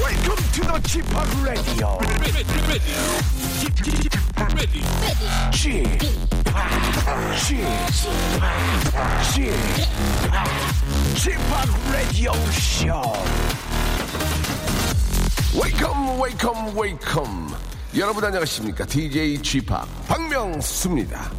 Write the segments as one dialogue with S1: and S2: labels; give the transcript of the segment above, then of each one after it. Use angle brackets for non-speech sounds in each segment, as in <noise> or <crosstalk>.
S1: Welcome to the g p o p Radio. g p o p Radio Show. Welcome, welcome, welcome. 여러분 안녕하십니까? DJ g p o p 박명수입니다.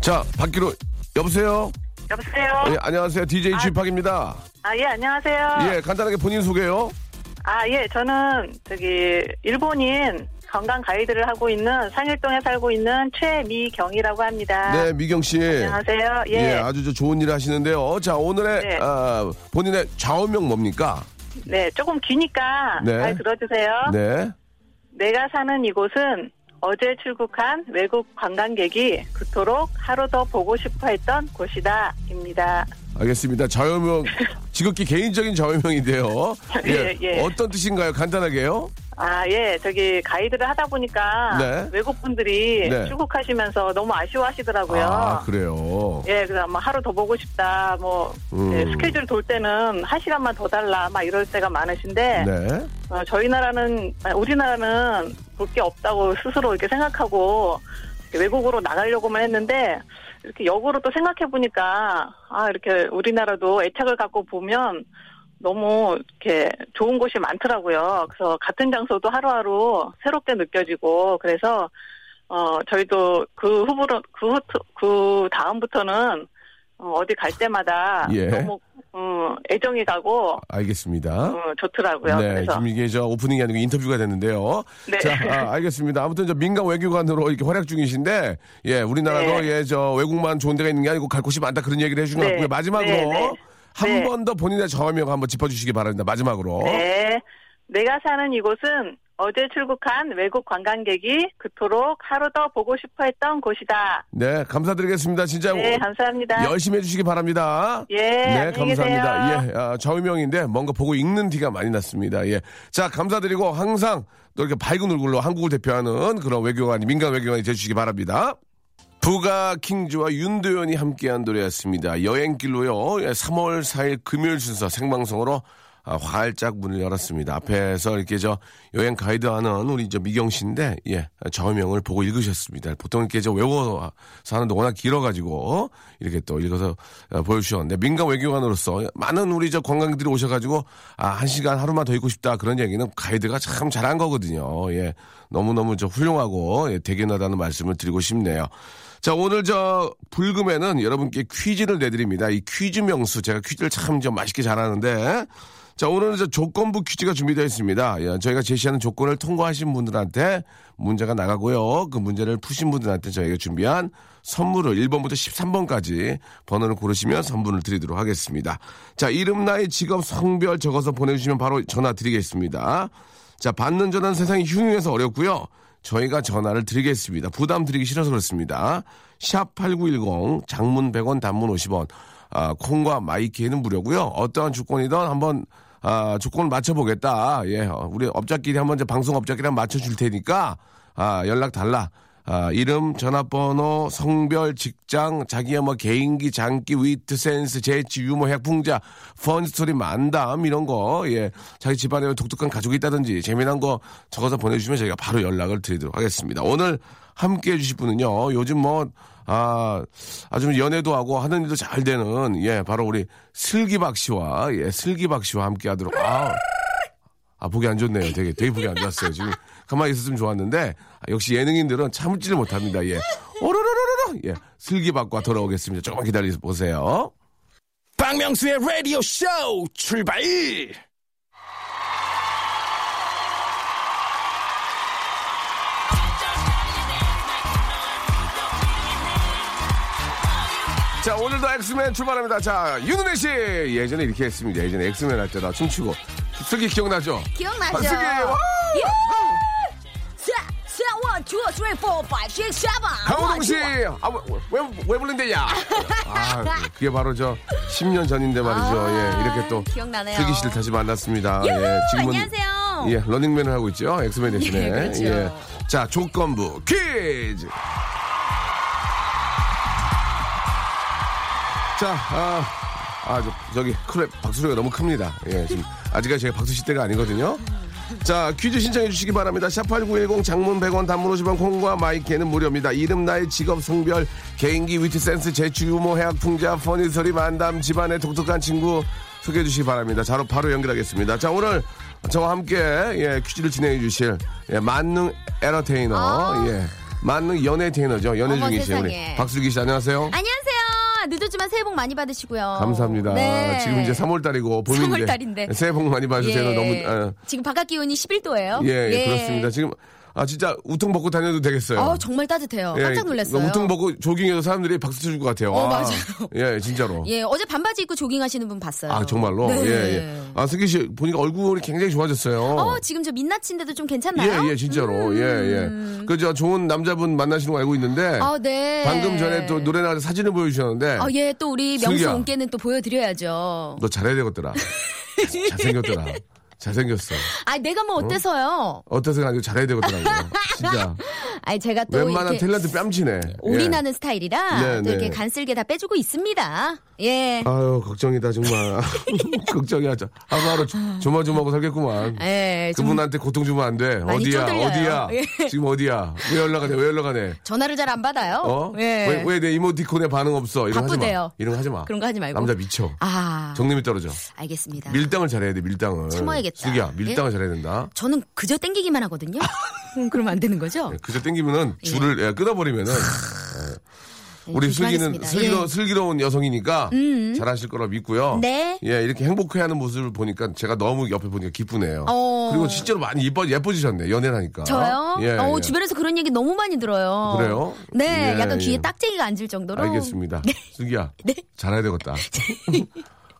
S1: 자, 밖으로 여보세요.
S2: 여보세요?
S1: 예, 안녕하세요. DJ g p o p 입니다
S2: 아, 예, 안녕하세요.
S1: 예, 간단하게 본인 소개요.
S2: 아, 예, 저는 저기 일본인 건강 가이드를 하고 있는 상일동에 살고 있는 최미경이라고 합니다.
S1: 네, 미경 씨.
S2: 아, 안녕하세요. 예.
S1: 예, 아주 저 좋은 일 하시는데요. 자, 오늘의
S2: 네.
S1: 아, 본인의 좌우명 뭡니까?
S2: 네, 조금 기니까
S1: 네.
S2: 잘 들어주세요.
S1: 네.
S2: 내가 사는 이곳은 어제 출국한 외국 관광객이 그토록 하루 더 보고 싶어 했던 곳이다. 입니다.
S1: 알겠습니다. 좌우명 지극히 개인적인 좌우명인데요. 예,
S2: <laughs> 예, 예.
S1: 어떤 뜻인가요? 간단하게요.
S2: 아, 예, 저기 가이드를 하다 보니까
S1: 네.
S2: 외국분들이
S1: 네.
S2: 출국하시면서 너무 아쉬워하시더라고요.
S1: 아, 그래요.
S2: 예, 그래서 뭐 하루 더 보고 싶다. 뭐
S1: 음.
S2: 예, 스케줄 돌 때는 한 시간만 더 달라. 막 이럴 때가 많으신데
S1: 네.
S2: 어, 저희 나라는 아, 우리나라는 볼 게 없다고 스스로 이렇게 생각하고 이렇게 외국으로 나가려고만 했는데 이렇게 역으로 또 생각해 보니까 아 이렇게 우리나라도 애착을 갖고 보면 너무 이렇게 좋은 곳이 많더라고요. 그래서 같은 장소도 하루하루 새롭게 느껴지고 그래서 어 저희도 그 후보로 그, 후, 그 다음부터는 어, 어디 갈 때마다
S1: 예.
S2: 너무 음, 애정이 가고
S1: 알겠습니다.
S2: 어, 좋더라고요.
S1: 네,
S2: 그래서
S1: 지금 이게 저 오프닝이 아니고 인터뷰가 됐는데요.
S2: 네.
S1: 자, 아, 알겠습니다. 아무튼 저 민간 외교관으로 이렇게 활약 중이신데, 예, 우리나라도
S2: 네.
S1: 예, 저 외국만 좋은 데가 있는 게 아니고 갈 곳이 많다 그런 얘기를 해주신 것
S2: 네.
S1: 같고요. 마지막으로
S2: 네, 네.
S1: 한
S2: 네.
S1: 번 더 본인의 저하명 한번 짚어주시기 바랍니다. 마지막으로.
S2: 네. 내가 사는 이곳은 어제 출국한 외국 관광객이 그토록 하루 더 보고 싶어 했던 곳이다.
S1: 네, 감사드리겠습니다. 진짜
S2: 네, 감사합니다.
S1: 열심히 해주시기 바랍니다.
S2: 예,
S1: 네,
S2: 안녕히
S1: 감사합니다.
S2: 계세요.
S1: 예, 아, 저유명인데 뭔가 보고 읽는 티가 많이 났습니다. 예. 자, 감사드리고 항상 또 이렇게 밝은 얼굴로 한국을 대표하는 그런 외교관이, 민간 외교관이 되주시기 바랍니다. 부가 킹즈와 윤도현이 함께한 노래였습니다. 여행길로요. 예, 3월 4일 금요일 순서 생방송으로 아, 활짝 문을 열었습니다. 앞에서 이렇게 저 여행 가이드하는 우리 저 미경 씨인데 예 저명을 보고 읽으셨습니다. 보통 이렇게 저 외워서 하는데 워낙 길어가지고 이렇게 또 읽어서 어, 보여주셨는데 민간 외교관으로서 많은 우리 저 관광객들이 오셔가지고 아한 시간 하루만 더 있고 싶다 그런 얘기는 가이드가 참 잘한 거거든요. 예 너무 너무 저 훌륭하고 예, 대견하다는 말씀을 드리고 싶네요. 자, 오늘 저 불금에는 여러분께 퀴즈를 내드립니다. 이 퀴즈 명수. 제가 퀴즈를 참 좀 맛있게 잘하는데. 자, 오늘은 저 조건부 퀴즈가 준비되어 있습니다. 예, 저희가 제시하는 조건을 통과하신 분들한테 문제가 나가고요. 그 문제를 푸신 분들한테 저희가 준비한 선물을 1번부터 13번까지 번호를 고르시면 선물을 드리도록 하겠습니다. 자, 이름, 나이, 직업, 성별 적어서 보내주시면 바로 전화 드리겠습니다. 자, 받는 전화는 세상이 흉흉해서 어렵고요. 저희가 전화를 드리겠습니다. 부담 드리기 싫어서 그렇습니다. 샵 8910 장문 100원 단문 50원 아, 콩과 마이키에는 무료고요. 어떠한 조건이든 한번 아, 조건을 맞춰보겠다. 예, 어, 우리 업자끼리 한번 이제 방송 업자끼리 한번 맞춰줄 테니까 아, 연락 달라. 아, 이름, 전화번호, 성별, 직장, 자기의 뭐 개인기, 장기, 위트, 센스, 재치, 유머, 핵풍자, 펀스토리, 만담, 이런 거, 예. 자기 집안에 독특한 가족이 있다든지, 재미난 거 적어서 보내주시면 저희가 바로 연락을 드리도록 하겠습니다. 오늘 함께 해주실 분은요, 요즘 뭐, 아, 아주 연애도 하고 하는 일도 잘 되는, 예, 바로 우리 슬기박 씨와, 예, 슬기박 씨와 함께 하도록, 아 아, 보기 안 좋네요. 되게, 되게 보기 안 좋았어요. 지금 가만히 있었으면 좋았는데, 아, 역시 예능인들은 참지를 못합니다. 예. 오로로로로로 예, 슬기박과 돌아오겠습니다. 조금만 기다려보세요. 박명수의 라디오 쇼 출발! 자 오늘도 엑스맨 출발합니다. 자 윤은혜 씨 예전에 이렇게 했습니다. 예전에 엑스맨 할 때 나 춤추고 슬기 기억나죠? 아,
S3: 기억나죠?
S1: 박슬기 와!
S3: 예! 자, 자, one, two, three, four, five, six, seven.
S1: 강호동 씨,
S3: One, two,
S1: 아왜왜 왜 불린대야? 아 그게 바로 저 10년 전인데 말이죠.
S3: 아,
S1: 예 이렇게 또
S3: 기억나네요.
S1: 슬기 씨를 다시 만났습니다. 예
S3: 안녕하세요.
S1: 예 러닝맨을 하고 있죠. 엑스맨 대신에.
S3: <laughs> 예, 그렇죠.
S1: 자 조건부 퀴즈. 자 아. 아, 저, 기 클랩, 박수소리가 너무 큽니다. 예, 지금, 아직까지 제가 박수 시대가 아니거든요. 자, 퀴즈 신청해 주시기 바랍니다. 샵8910 장문 100원 단문 50원 콩과 마이크는 무료입니다. 이름, 나이, 직업, 성별, 개인기, 위트, 센스, 재치, 유머, 해학, 풍자, 퍼니소리, 만담, 집안의 독특한 친구 소개해 주시기 바랍니다. 바로, 바로 연결하겠습니다. 자, 오늘 저와 함께 예, 퀴즈를 진행해 주실 예, 만능 에러테이너,
S3: 아.
S1: 예, 만능 연예테이너죠. 연애
S3: 어머,
S1: 중이신 우리
S3: 세상에.
S1: 박수기 씨, 안녕하세요.
S3: 안녕하세요. 늦었지만 새해 복 많이 받으시고요.
S1: 감사합니다.
S3: 네.
S1: 지금 이제 3월달이고 봄인데
S3: 3월달인데.
S1: 새해 복 많이 받으세요.
S3: 예.
S1: 너무 아,
S3: 지금 바깥 기온이 11도예요.
S1: 예, 예, 그렇습니다. 지금 아 진짜 우통 벗고 다녀도 되겠어요.
S3: 아, 정말 따뜻해요.
S1: 예,
S3: 깜짝 놀랐어요.
S1: 우통 벗고 조깅해도 사람들이 박수 쳐줄 것 같아요.
S3: 어,
S1: 아,
S3: 맞아요.
S1: 예, 진짜로.
S3: 예, 어제 반바지 입고 조깅하시는 분 봤어요.
S1: 아 정말로.
S3: 네.
S1: 예, 예. 아 승기 씨 보니까 얼굴이 굉장히 좋아졌어요.
S3: 어, 지금 저 민낯인데도 좀 괜찮나요? 음.
S1: 예, 예, 진짜로. 예, 예. 그저 좋은 남자분 만나시는 거 알고 있는데.
S3: 아, 네.
S1: 방금 전에 또 노래 나가서 사진을 보여주셨는데.
S3: 아, 예, 또 우리 명수
S1: 슬기야.
S3: 온께는 또 보여드려야죠.
S1: 너
S3: <laughs>
S1: 잘해야 되겠더라. 잘생겼더라. 잘생겼어.
S3: 아, 내가 뭐 어때서요?
S1: 어떠세요? 아주
S3: <laughs>
S1: 잘해야 되겠더라고요. 진짜.
S3: 아니, 제가 또
S1: 웬만한
S3: 이렇게
S1: 탤런트 뺨치네. 예.
S3: 올인하는 스타일이라
S1: 네,
S3: 또
S1: 네.
S3: 이렇게 간쓸게 다 빼주고 있습니다. 예.
S1: 아유, 걱정이다, 정말. <laughs> 걱정이야. 저- 하루하루 조- 조마조마하고 살겠구만.
S3: 예, 좀
S1: 아. 그분한테 고통 주면 안 돼.
S3: 많이
S1: 어디야,
S3: 쪼들려요.
S1: 어디야.
S3: 예.
S1: 지금 어디야. 왜 연락 안 해, 왜 연락 안 해.
S3: 전화를 잘 안 받아요.
S1: 어?
S3: 예.
S1: 왜 내 이모티콘에 반응 없어? 이런 거 하지 마.
S3: 바쁘대요.
S1: 이런 거 하지 마.
S3: 그런 거 하지 말고.
S1: 남자 미쳐.
S3: 아,
S1: 정림이 떨어져.
S3: 알겠습니다.
S1: 밀당을 잘해야 돼, 밀당을.
S3: 참아야겠다.
S1: 슬기야, 밀당을
S3: 예?
S1: 잘해야 된다.
S3: 저는 그저 땡기기만
S1: 아.
S3: 하거든요. 음, 그럼 안 되는 거죠?
S1: 예, 그저 땡기면은 줄을 예,
S3: <laughs>
S1: 끊어버리면은 우리 슬기는
S3: 조심하겠습니다.
S1: 슬기로,
S3: 네, 예. 음.
S1: 슬기로운 여성이니까 잘하실 거라 믿고요.
S3: 네.
S1: 예, 이렇게 행복해하는 모습을 보니까 제가 너무 옆에 보니까 기쁘네요.
S3: 어.
S1: 그리고 진짜로 많이 예뻐, 예뻐지셨네, 연애를 하니까.
S3: 저요?
S1: 예,
S3: 어,
S1: 예.
S3: 주변에서 그런 얘기 너무 많이 들어요.
S1: 그래요?
S3: 네,
S1: 예,
S3: 약간 귀에
S1: 예.
S3: 딱지가 앉을 정도로. 네.
S1: 알겠습니다. 슬기야.
S3: <laughs>
S1: 잘해야 되겠다.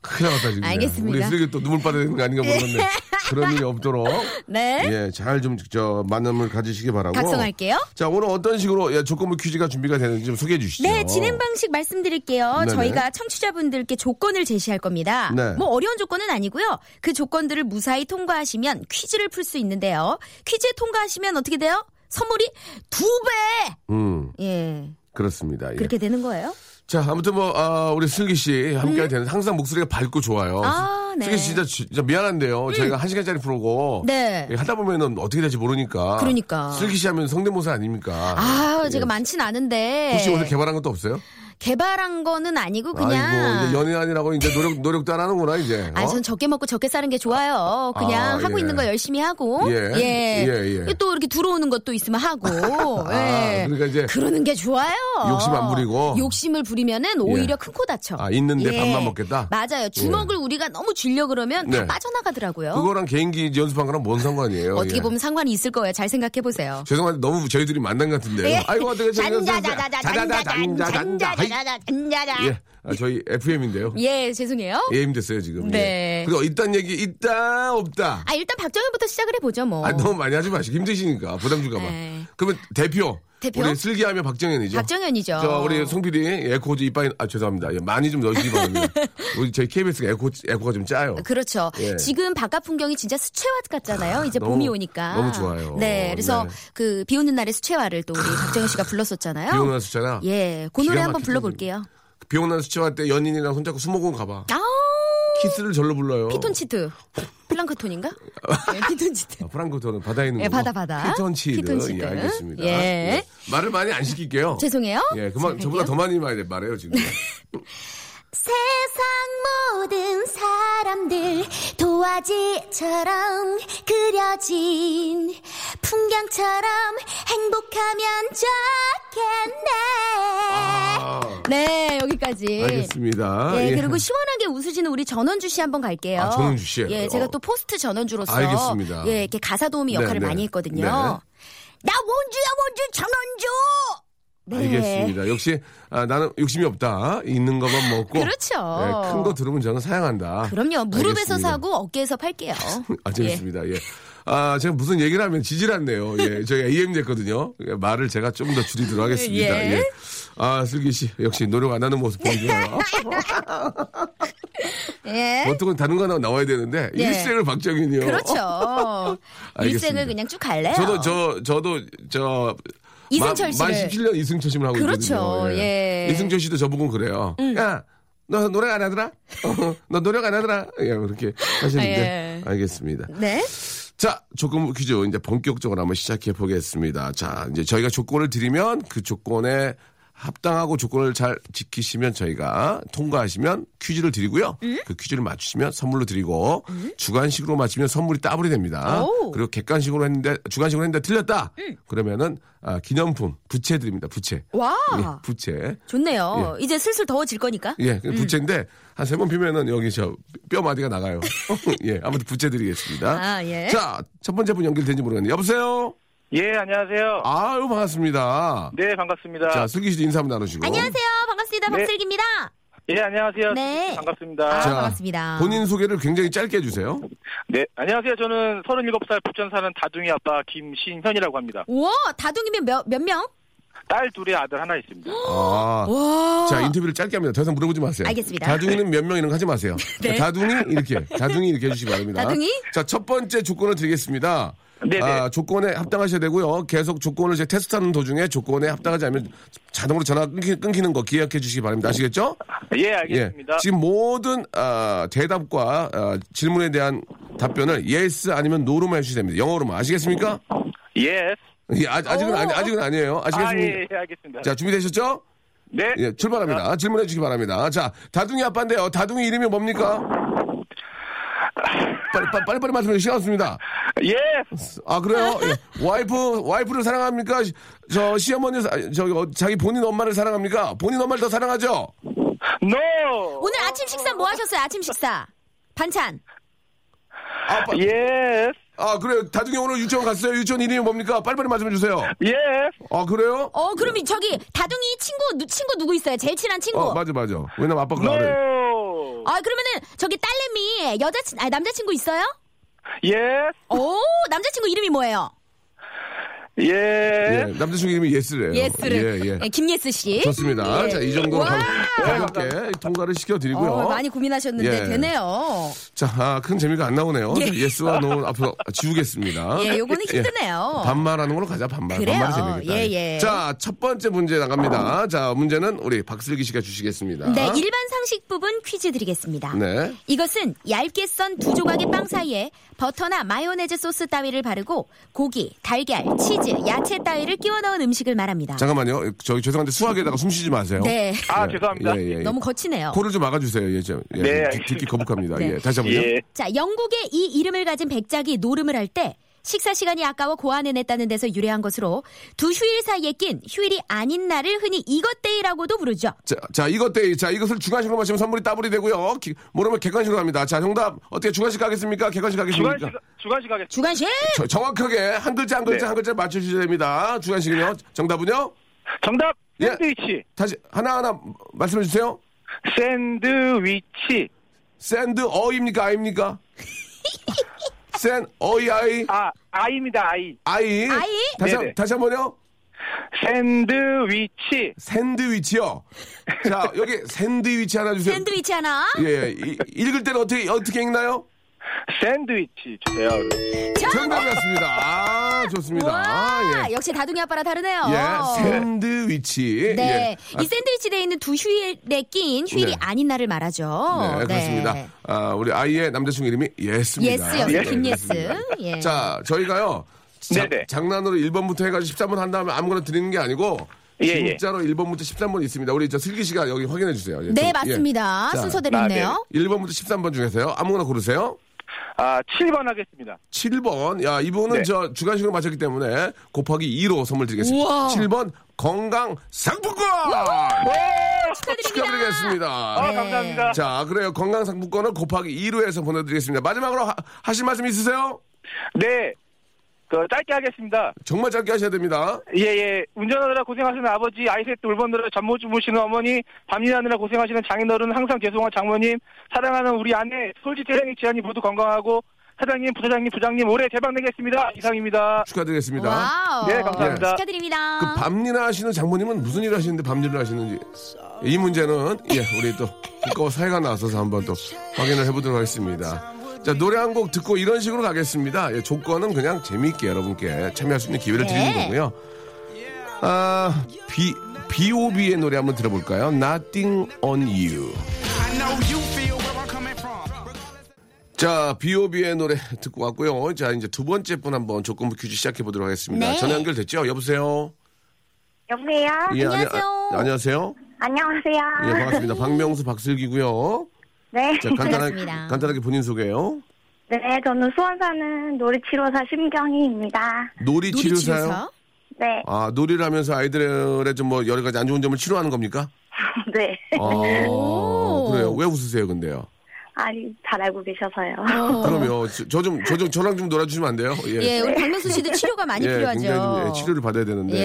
S1: 큰일 났다, 지금.
S3: 알겠습니다.
S1: 우리 슬기 또 눈물 빠지는 거 아닌가 모르겠네. 그런 일이 없도록.
S3: 네.
S1: 예, 잘 좀, 저, 만남을 가지시기 바라고.
S3: 각성할게요.
S1: 자, 오늘 어떤 식으로 예, 조건부 퀴즈가 준비가 되는지 좀 소개해 주시죠.
S3: 네, 진행 방식 말씀드릴게요.
S1: 네네.
S3: 저희가 청취자분들께 조건을 제시할 겁니다.
S1: 네.
S3: 뭐 어려운 조건은 아니고요. 그 조건들을 무사히 통과하시면 퀴즈를 풀 수 있는데요. 퀴즈 에 통과하시면 어떻게 돼요? 선물이 두 배!
S1: 음,
S3: 예.
S1: 그렇습니다. 예.
S3: 그렇게 되는 거예요?
S1: 자, 아무튼 뭐, 아, 우리 슬기 씨 함께 되는 항상 목소리가 밝고 좋아요.
S3: 음? 아, 네. 음.
S1: 슬기 씨 진짜, 진짜 미안한데요. 저희가 한 시간짜리 프로고.
S3: 네.
S1: 예, 하다 보면은 어떻게 될지 모르니까.
S3: 그러니까.
S1: 슬기 씨 하면 성대모사 아닙니까?
S3: 아,
S1: 예.
S3: 제가 많진 않은데.
S1: 혹시 오늘 개발한 것도 없어요?
S3: 개발한 거는 아니고
S1: 아이고,
S3: 그냥.
S1: 이제 연예인이라고 이제 노력, 노력도 안 하는구나, 이제.
S3: 아,
S1: 어?
S3: 전 적게 먹고 적게 사는 게 좋아요. 그냥
S1: 아,
S3: 하고
S1: 예.
S3: 있는 거 열심히 하고,
S1: 예.
S3: 예.
S1: 예, 예.
S3: 또 이렇게 들어오는 것도 있으면 하고,
S1: <laughs> 아,
S3: 예.
S1: 그러니까 이제
S3: 그러는 게 좋아요.
S1: 욕심 안 부리고.
S3: 욕심을 부리면은 오히려
S1: 예.
S3: 큰 코 다쳐. 예.
S1: 아, 있는데 밥만 먹겠다? 예.
S3: 맞아요. 주먹을 우리가 너무 쥐려 그러면
S1: 네.
S3: 다 빠져나가더라고요.
S1: 그거랑 개인기 연습한 거랑 뭔 상관이에요?
S3: <laughs> 어떻게
S1: 예.
S3: 보면 상관이 있을 거예요. 잘 생각해 보세요.
S1: 죄송한데 너무 저희들이 만난 것 같은데요.
S3: 예.
S1: 아이고, 어떻게
S3: 잔자자자자 잔자자 잔자자 잔자자
S1: 잔자잔자잔자.
S3: 잔자자.
S1: 예, 아, 저희 FM인데요.
S3: 예, 죄송해요.
S1: 예임 됐어요 지금.
S3: 네.
S1: 예. 그리고 있단 얘기 있다 없다.
S3: 아 일단 박정현부터 시작을 해보죠 뭐.
S1: 아, 너무 많이 하지 마시고 힘드시니까 부담 줄까봐.
S3: 네.
S1: 그러면 대표.
S3: 대표?
S1: 우리 슬기하면 박정현이죠.
S3: 박정현이죠.
S1: 저 우리 송 PD 에코 좀 이빨 아 죄송합니다. 예, 많이 좀 넣으시기
S3: <laughs>
S1: 바랍니다. 우리 저희 KBS가 에코 에코가 좀 짜요.
S3: 그렇죠.
S1: 예.
S3: 지금 바깥 풍경이 진짜 수채화 같잖아요. 이제
S1: 너무,
S3: 봄이 오니까.
S1: 너무 좋아요.
S3: 네, 그래서
S1: 네. 아,
S3: 그 비 오는 날의 수채화를 또 우리 박정현 씨가 불렀었잖아요.
S1: 비오는 날 수채화.
S3: 예, 그 노래
S1: 기가
S3: 한번
S1: 막히죠.
S3: 불러볼게요.
S1: 비오는 날 수채화 때 연인이랑 손잡고 수목원 가봐.
S3: 아,
S1: 키스를 절로 불러요.
S3: 피톤치트, 플랑크톤인가? 예, 피톤치트.
S1: <laughs> 아, 프랑크톤은 바다에 있는
S3: 예,
S1: 거고.
S3: 바다, 바다.
S1: 피톤치드.
S3: 피톤치드.
S1: 예, 알겠습니다.
S3: 예.
S1: 말을 많이 안 시킬게요.
S3: 죄송해요. 네.
S1: 예, 그만 저보다 더 많이 말- 말해요 지금.
S4: 세상 모든 사람들 도화지처럼 그려진 푸 풍경처럼 행복하면 좋겠네.
S1: 아.
S3: 네, 여기까지.
S1: 알겠습니다.
S3: 예,
S1: 예.
S3: 그리고 시원하게 웃으시는 우리 전원주 씨 한번 갈게요.
S1: 아, 전원주 씨예요?
S3: 예, 제가
S1: 어.
S3: 또 포스트 전원주로서
S1: 알겠습니다.
S3: 예, 이렇게 가사 도우미 역할을
S1: 네, 네.
S3: 많이 했거든요.
S1: 네.
S3: 나 원주야, 원주, 전원주. 네.
S1: 알겠습니다. 역시 아, 나는 욕심이 없다. 있는 것만 먹고. 예,
S3: 그렇죠.
S1: 어, 네, 큰 거 들으면 저는 사양한다.
S3: 그럼요. 무릎에서
S1: 알겠습니다.
S3: 사고 어깨에서 팔게요.
S1: <laughs> 아, 재밌습니다. 예. 아, 제가 무슨 얘기를 하면 지질 않네요. 예. 저희가 AM 됐거든요. 예, 말을 제가 좀 더 줄이도록 하겠습니다.
S3: 예.
S1: 예. 아, 슬기 씨. 역시 노력 안 하는 모습 보이네요.
S3: 예. <laughs> 예.
S1: 어떻게 다른 거 하나 나와야 되는데.
S3: 예.
S1: 일생을 박정현이요.
S3: 그렇죠.
S1: 어, <laughs> 알겠습니다.
S3: 일생을 그냥 쭉 갈래요.
S1: 저도, 저, 저도, 저.
S3: 이승철
S1: 마- 만
S3: 씨를.
S1: 17년 이승철 씨를 하고
S3: 그렇죠.
S1: 있거든요.
S3: 예. 음.
S1: 이승철 씨도 저보고 그래요. 야, 너 노력 안 하더라? <laughs> 어, 너 노력 안 하더라? 예, 그렇게 하시는데.
S3: 예.
S1: 알겠습니다.
S3: 네.
S1: 자, 조건 퀴즈 이제 본격적으로 한번 시작해 보겠습니다. 자, 이제 저희가 조건을 드리면 그 조건에 합당하고 조건을 잘 지키시면 저희가 통과하시면 퀴즈를 드리고요.
S3: 음?
S1: 그 퀴즈를 맞추시면 선물로 드리고 주관식으로 맞추면 선물이 따블이 됩니다.
S3: 오. 음.
S1: 그리고 객관식으로 했는데 주관식으로 했는데 틀렸다. 그러면은 아, 기념품 부채 드립니다. 부채.
S3: 와.
S1: 예, 부채.
S3: 좋네요. 이제 슬슬 더워질 거니까.
S1: 예, 그냥 부채인데 한 세 번 피면은 여기 저 뼈 마디가 나가요. <laughs> 예, 아무튼 부채 드리겠습니다.
S3: 아, 예.
S1: 자, 첫 번째 분 연결된지 모르겠네요. 여보세요.
S5: 예, 안녕하세요.
S1: 아유 반갑습니다.
S5: 네, 반갑습니다.
S1: 자, 슬기 씨도 인사 한번 나누시고.
S3: 안녕하세요. 반갑습니다.
S5: 네.
S3: 박슬기입니다.
S5: 예, 안녕하세요.
S3: 네.
S5: 반갑습니다.
S3: 아,
S1: 자,
S3: 반갑습니다.
S1: 본인 소개를 굉장히 짧게 해주세요.
S5: 네, 안녕하세요. 저는 37살 부천 사는 다둥이 아빠 김신현이라고 합니다.
S3: 우와, 다둥이면 몇, 몇 명?
S5: 딸 둘의 아들 하나 있습니다.
S1: 아,
S3: 와.
S1: 자, 인터뷰를 짧게 합니다. 더 이상 물어보지 마세요.
S3: 어. 알겠습니다.
S1: 다둥이는 몇 명 이런 거 하지 마세요.
S3: <laughs>
S1: 그러니까
S3: 네.
S1: 다둥이 이렇게, 다둥이 이렇게 해주시기 바랍니다.
S3: 다둥이?
S1: 자, 첫 번째 조건을 드리겠습니다.
S5: 네네.
S1: 아, 조건에 합당하셔야 되고요. 계속 조건을 이제 테스트하는 도중에 조건에 합당하지 않으면 자동으로 전화 끊기, 끊기는 거 기억해 주시기 바랍니다. 아시겠죠?
S5: 예, 알겠습니다.
S1: 예. 지금 모든 아, 대답과 아, 질문에 대한 답변을 yes 아니면 no로만 해주셔야 됩니다. 영어로만 아시겠습니까?
S5: 예.
S1: 예, 아, 직은 아니, 아직은 아니에요.
S5: 아,
S1: 아시겠습니까?
S5: 예, 예, 알겠습니다.
S1: 자 준비되셨죠?
S5: 네.
S1: 예, 출발합니다. 질문해 주시기 바랍니다. 자 다둥이 아빠인데요. 다둥이 이름이 뭡니까? 빨리 빨리 빨리, 빨리 말씀해 주시기 시간 없습니다.
S5: 예.
S1: 아 그래요? 예. 와이프 와이프를 사랑합니까? 시- 저 시어머니 사- 저기 어, 자기 본인 엄마를 사랑합니까? 본인 엄마를 더 사랑하죠?
S5: No.
S3: 오늘 아침 식사 뭐 하셨어요? 아침 식사. 반찬.
S1: 아, 빠-
S5: 예.
S1: 아 그래요. 다둥이 오늘 유치원 갔어요. 유치원 이름이 뭡니까? 빨리 빨리 말씀해 주세요.
S5: 예.
S1: 아 그래요?
S3: 어, 그럼 이- 저기 다둥이 친구 누, 친구 누구 있어요? 제일 친한 친구.
S1: 어 맞아 맞아. 왜냐면
S5: 네.
S1: 아빠 그거 알아요.
S5: No.
S3: 아, 그러면은 저기 딸내미 여자 친 아, 남자 친구 있어요?
S5: 예.
S3: 오, 남자 친구 이름이 뭐예요?
S5: 예.
S1: 예, 남자친구 이름이 예스래요.
S3: 예스를.
S1: 예, 예.
S3: 김예스 씨.
S1: 좋습니다.
S3: 예.
S1: 자, 이 정도로
S3: 와!
S1: 가- 가볍게 통과를 시켜드리고요.
S3: 어, 많이 고민하셨는데
S1: 예.
S3: 되네요.
S1: 자, 아, 큰 재미가 안 나오네요. 예. 스와
S3: <laughs>
S1: 노는 앞으로 지우겠습니다.
S3: 예, 요거는 힘드네요.
S1: 반말하는 걸로 가자, 반말.
S3: 그래요.
S1: 반말이 재미겠다.
S3: 예, 예.
S1: 자, 첫 번째 문제 나갑니다. 자, 문제는 우리 박슬기 씨가 주시겠습니다.
S3: 네, 일반 상식 부분 퀴즈 드리겠습니다.
S1: 네.
S3: 이것은 얇게 썬 두 조각의 빵 사이에 버터나 마요네즈 소스 따위를 바르고 고기, 달걀, 치즈, 야채 따위를 끼워 넣은 음식을 말합니다.
S1: 잠깐만요. 저기 죄송한데 수학에다가 숨 쉬지 마세요.
S3: 네.
S5: 아,
S1: 예,
S5: 죄송합니다.
S1: 예, 예, 예.
S3: 너무 거치네요.
S1: 코를 좀 막아주세요. 예, 저, 예.
S5: 네,
S1: 듣-
S5: 알겠습니다.
S1: 듣기 거북합니다.
S3: 네.
S1: 예, 다시 한번요.
S5: 예.
S3: 자, 영국의 이 이름을 가진 백작이 노름을 할 때 식사 시간이 아까워 고안해냈다는 데서 유래한 것으로 두 휴일 사이에 낀 휴일이 아닌 날을 흔히 이것데이라고도 부르죠.
S1: 자, 자, 이것 대, 자, 이것을 주관식으로 마시면 선물이 따블이 되고요. 기- 모르면 객관식으로 갑니다. 자, 정답. 어떻게 주관식 가겠습니까? 객관식 가겠습니까?
S5: 예. 주관식 주관식 하겠습니다.
S3: 주간식
S1: 저- 정확하게 한 글자 한 글자
S5: 네.
S1: 한 글자 맞춰주셔야 됩니다. 주관식은요. 정답은요?
S5: 정답.
S1: 예.
S5: 샌드위치.
S1: 다시 하나하나 말씀해주세요.
S5: 샌드위치.
S1: 샌드 어입니까? 아입니까? 샌 어이 아이
S5: 아, 아입니다. 아이.
S1: 아이
S3: 아이?
S1: 다시 한,
S5: 네네.
S1: 다시 한 번요.
S5: 샌드위치.
S1: 샌드위치요. 자 여기 샌드위치 하나 주세요.
S3: 샌드위치 하나.
S1: 예, 예. 이- 읽을 때는 어떻게 어떻게 읽나요?
S5: 샌드위치 주세요.
S1: 정답이었습니다. 아 좋습니다.
S3: 와,
S1: 아, 예.
S3: 역시 다둥이 아빠랑 다르네요.
S1: 예, 샌드위치.
S3: 네,
S1: 예. 아,
S3: 이 샌드위치에 있는 두 휴일에 낀 휴일이
S1: 네.
S3: 아닌 날을 말하죠.
S1: 네, 그렇습니다. 아, 우리 아이의 남자친구 이름이 예스입니다.
S3: 예스요,
S1: 예,
S3: 김예스.
S1: 그렇습니다.
S3: 예.
S1: 자, 저희가요. 자,
S5: 네네.
S1: 장난으로 1번부터 해가지고 13번 한 다음에 아무거나 드리는 게 아니고
S5: 예, 예.
S1: 진짜로 1번부터 13번 있습니다. 우리 저 슬기 씨가 여기 확인해 주세요. 예,
S3: 네,
S1: 좀,
S3: 맞습니다.
S1: 예. 자,
S3: 순서대로 있네요.
S5: 아,
S1: 1번부터 13번 중에서요. 아무거나 고르세요.
S5: 아, 7번 하겠습니다.
S1: 7번. 야, 이분은
S5: 네.
S1: 저 주간식을 마쳤기 때문에 곱하기 2로 선물 드리겠습니다.
S3: 우와.
S1: 7번 건강 상품권! 네,
S3: 축하드립니다.
S1: 축하드리겠습니다.
S5: 아, 감사합니다.
S1: 네. 자, 그래요. 건강 상품권을 곱하기 2로 해서 보내드리겠습니다. 마지막으로 하, 하실 말씀 있으세요?
S5: 네. 그 짧게 하겠습니다.
S1: 정말 짧게 하셔야 됩니다.
S5: 예, 예. 운전하느라 고생하시는 아버지, 아이 셋 울번느라 잠 못 주무시는 어머니, 밤일하느라 고생하시는 장인어른, 항상 죄송한 장모님, 사랑하는 우리 아내, 솔지 태양이 지안이 모두 건강하고, 사장님, 부사장님, 부장님, 올해 대박 내겠습니다. 이상입니다.
S1: 축하드리겠습니다.
S3: 와우.
S5: 네, 감사합니다.
S3: 축하드립니다.
S1: 아, 그 밤일을 하시는 장모님은 무슨 일을 하시는데 밤일을 하시는지 이 문제는 예 우리 또 국가와 사회가 나서서 한번 또 확인을 해보도록 하겠습니다. 자 노래 한 곡 듣고 이런 식으로 가겠습니다. 예, 조건은 그냥 재미있게 여러분께 참여할 수 있는 기회를 드리는
S3: 네.
S1: 거고요. 아 B B.O.B의 노래 한번 들어볼까요? Nothing on You. 자, B.O.B의 노래 듣고 왔고요. 자, 이제 두 번째 분 한번 조건부 퀴즈 시작해 보도록 하겠습니다.
S3: 네.
S1: 전화 연결됐죠? 여보세요? 예,
S4: 여보세요?
S1: 아니-
S3: 안녕하세요.
S1: 아, 안녕하세요.
S4: 안녕하세요.
S1: 예, 반갑습니다. 박명수 박슬기고요.
S4: 네.
S1: 자, 간단하게,
S3: 반갑습니다.
S1: 간단하게 본인 소개요.
S4: 네, 저는 수원 사는 놀이치료사 심경희입니다.
S1: 놀이
S3: 놀이
S1: 치료사요?
S4: 네.
S1: 아, 놀이를 하면서 아이들의 좀 뭐 여러 가지 안 좋은 점을 치료하는 겁니까?
S4: <laughs> 네.
S1: 아, 그래요. 왜 웃으세요, 근데요?
S4: 아니, 잘 알고 계셔서요.
S1: 그럼요. 저 좀, 저 좀, 저랑 좀 놀아주시면 안 돼요? 예.
S3: 어. 예, 우리 박명수 씨도 치료가 많이
S1: 예,
S3: 필요하죠.
S1: 굉장히 좀, 예, 치료를 받아야 되는데.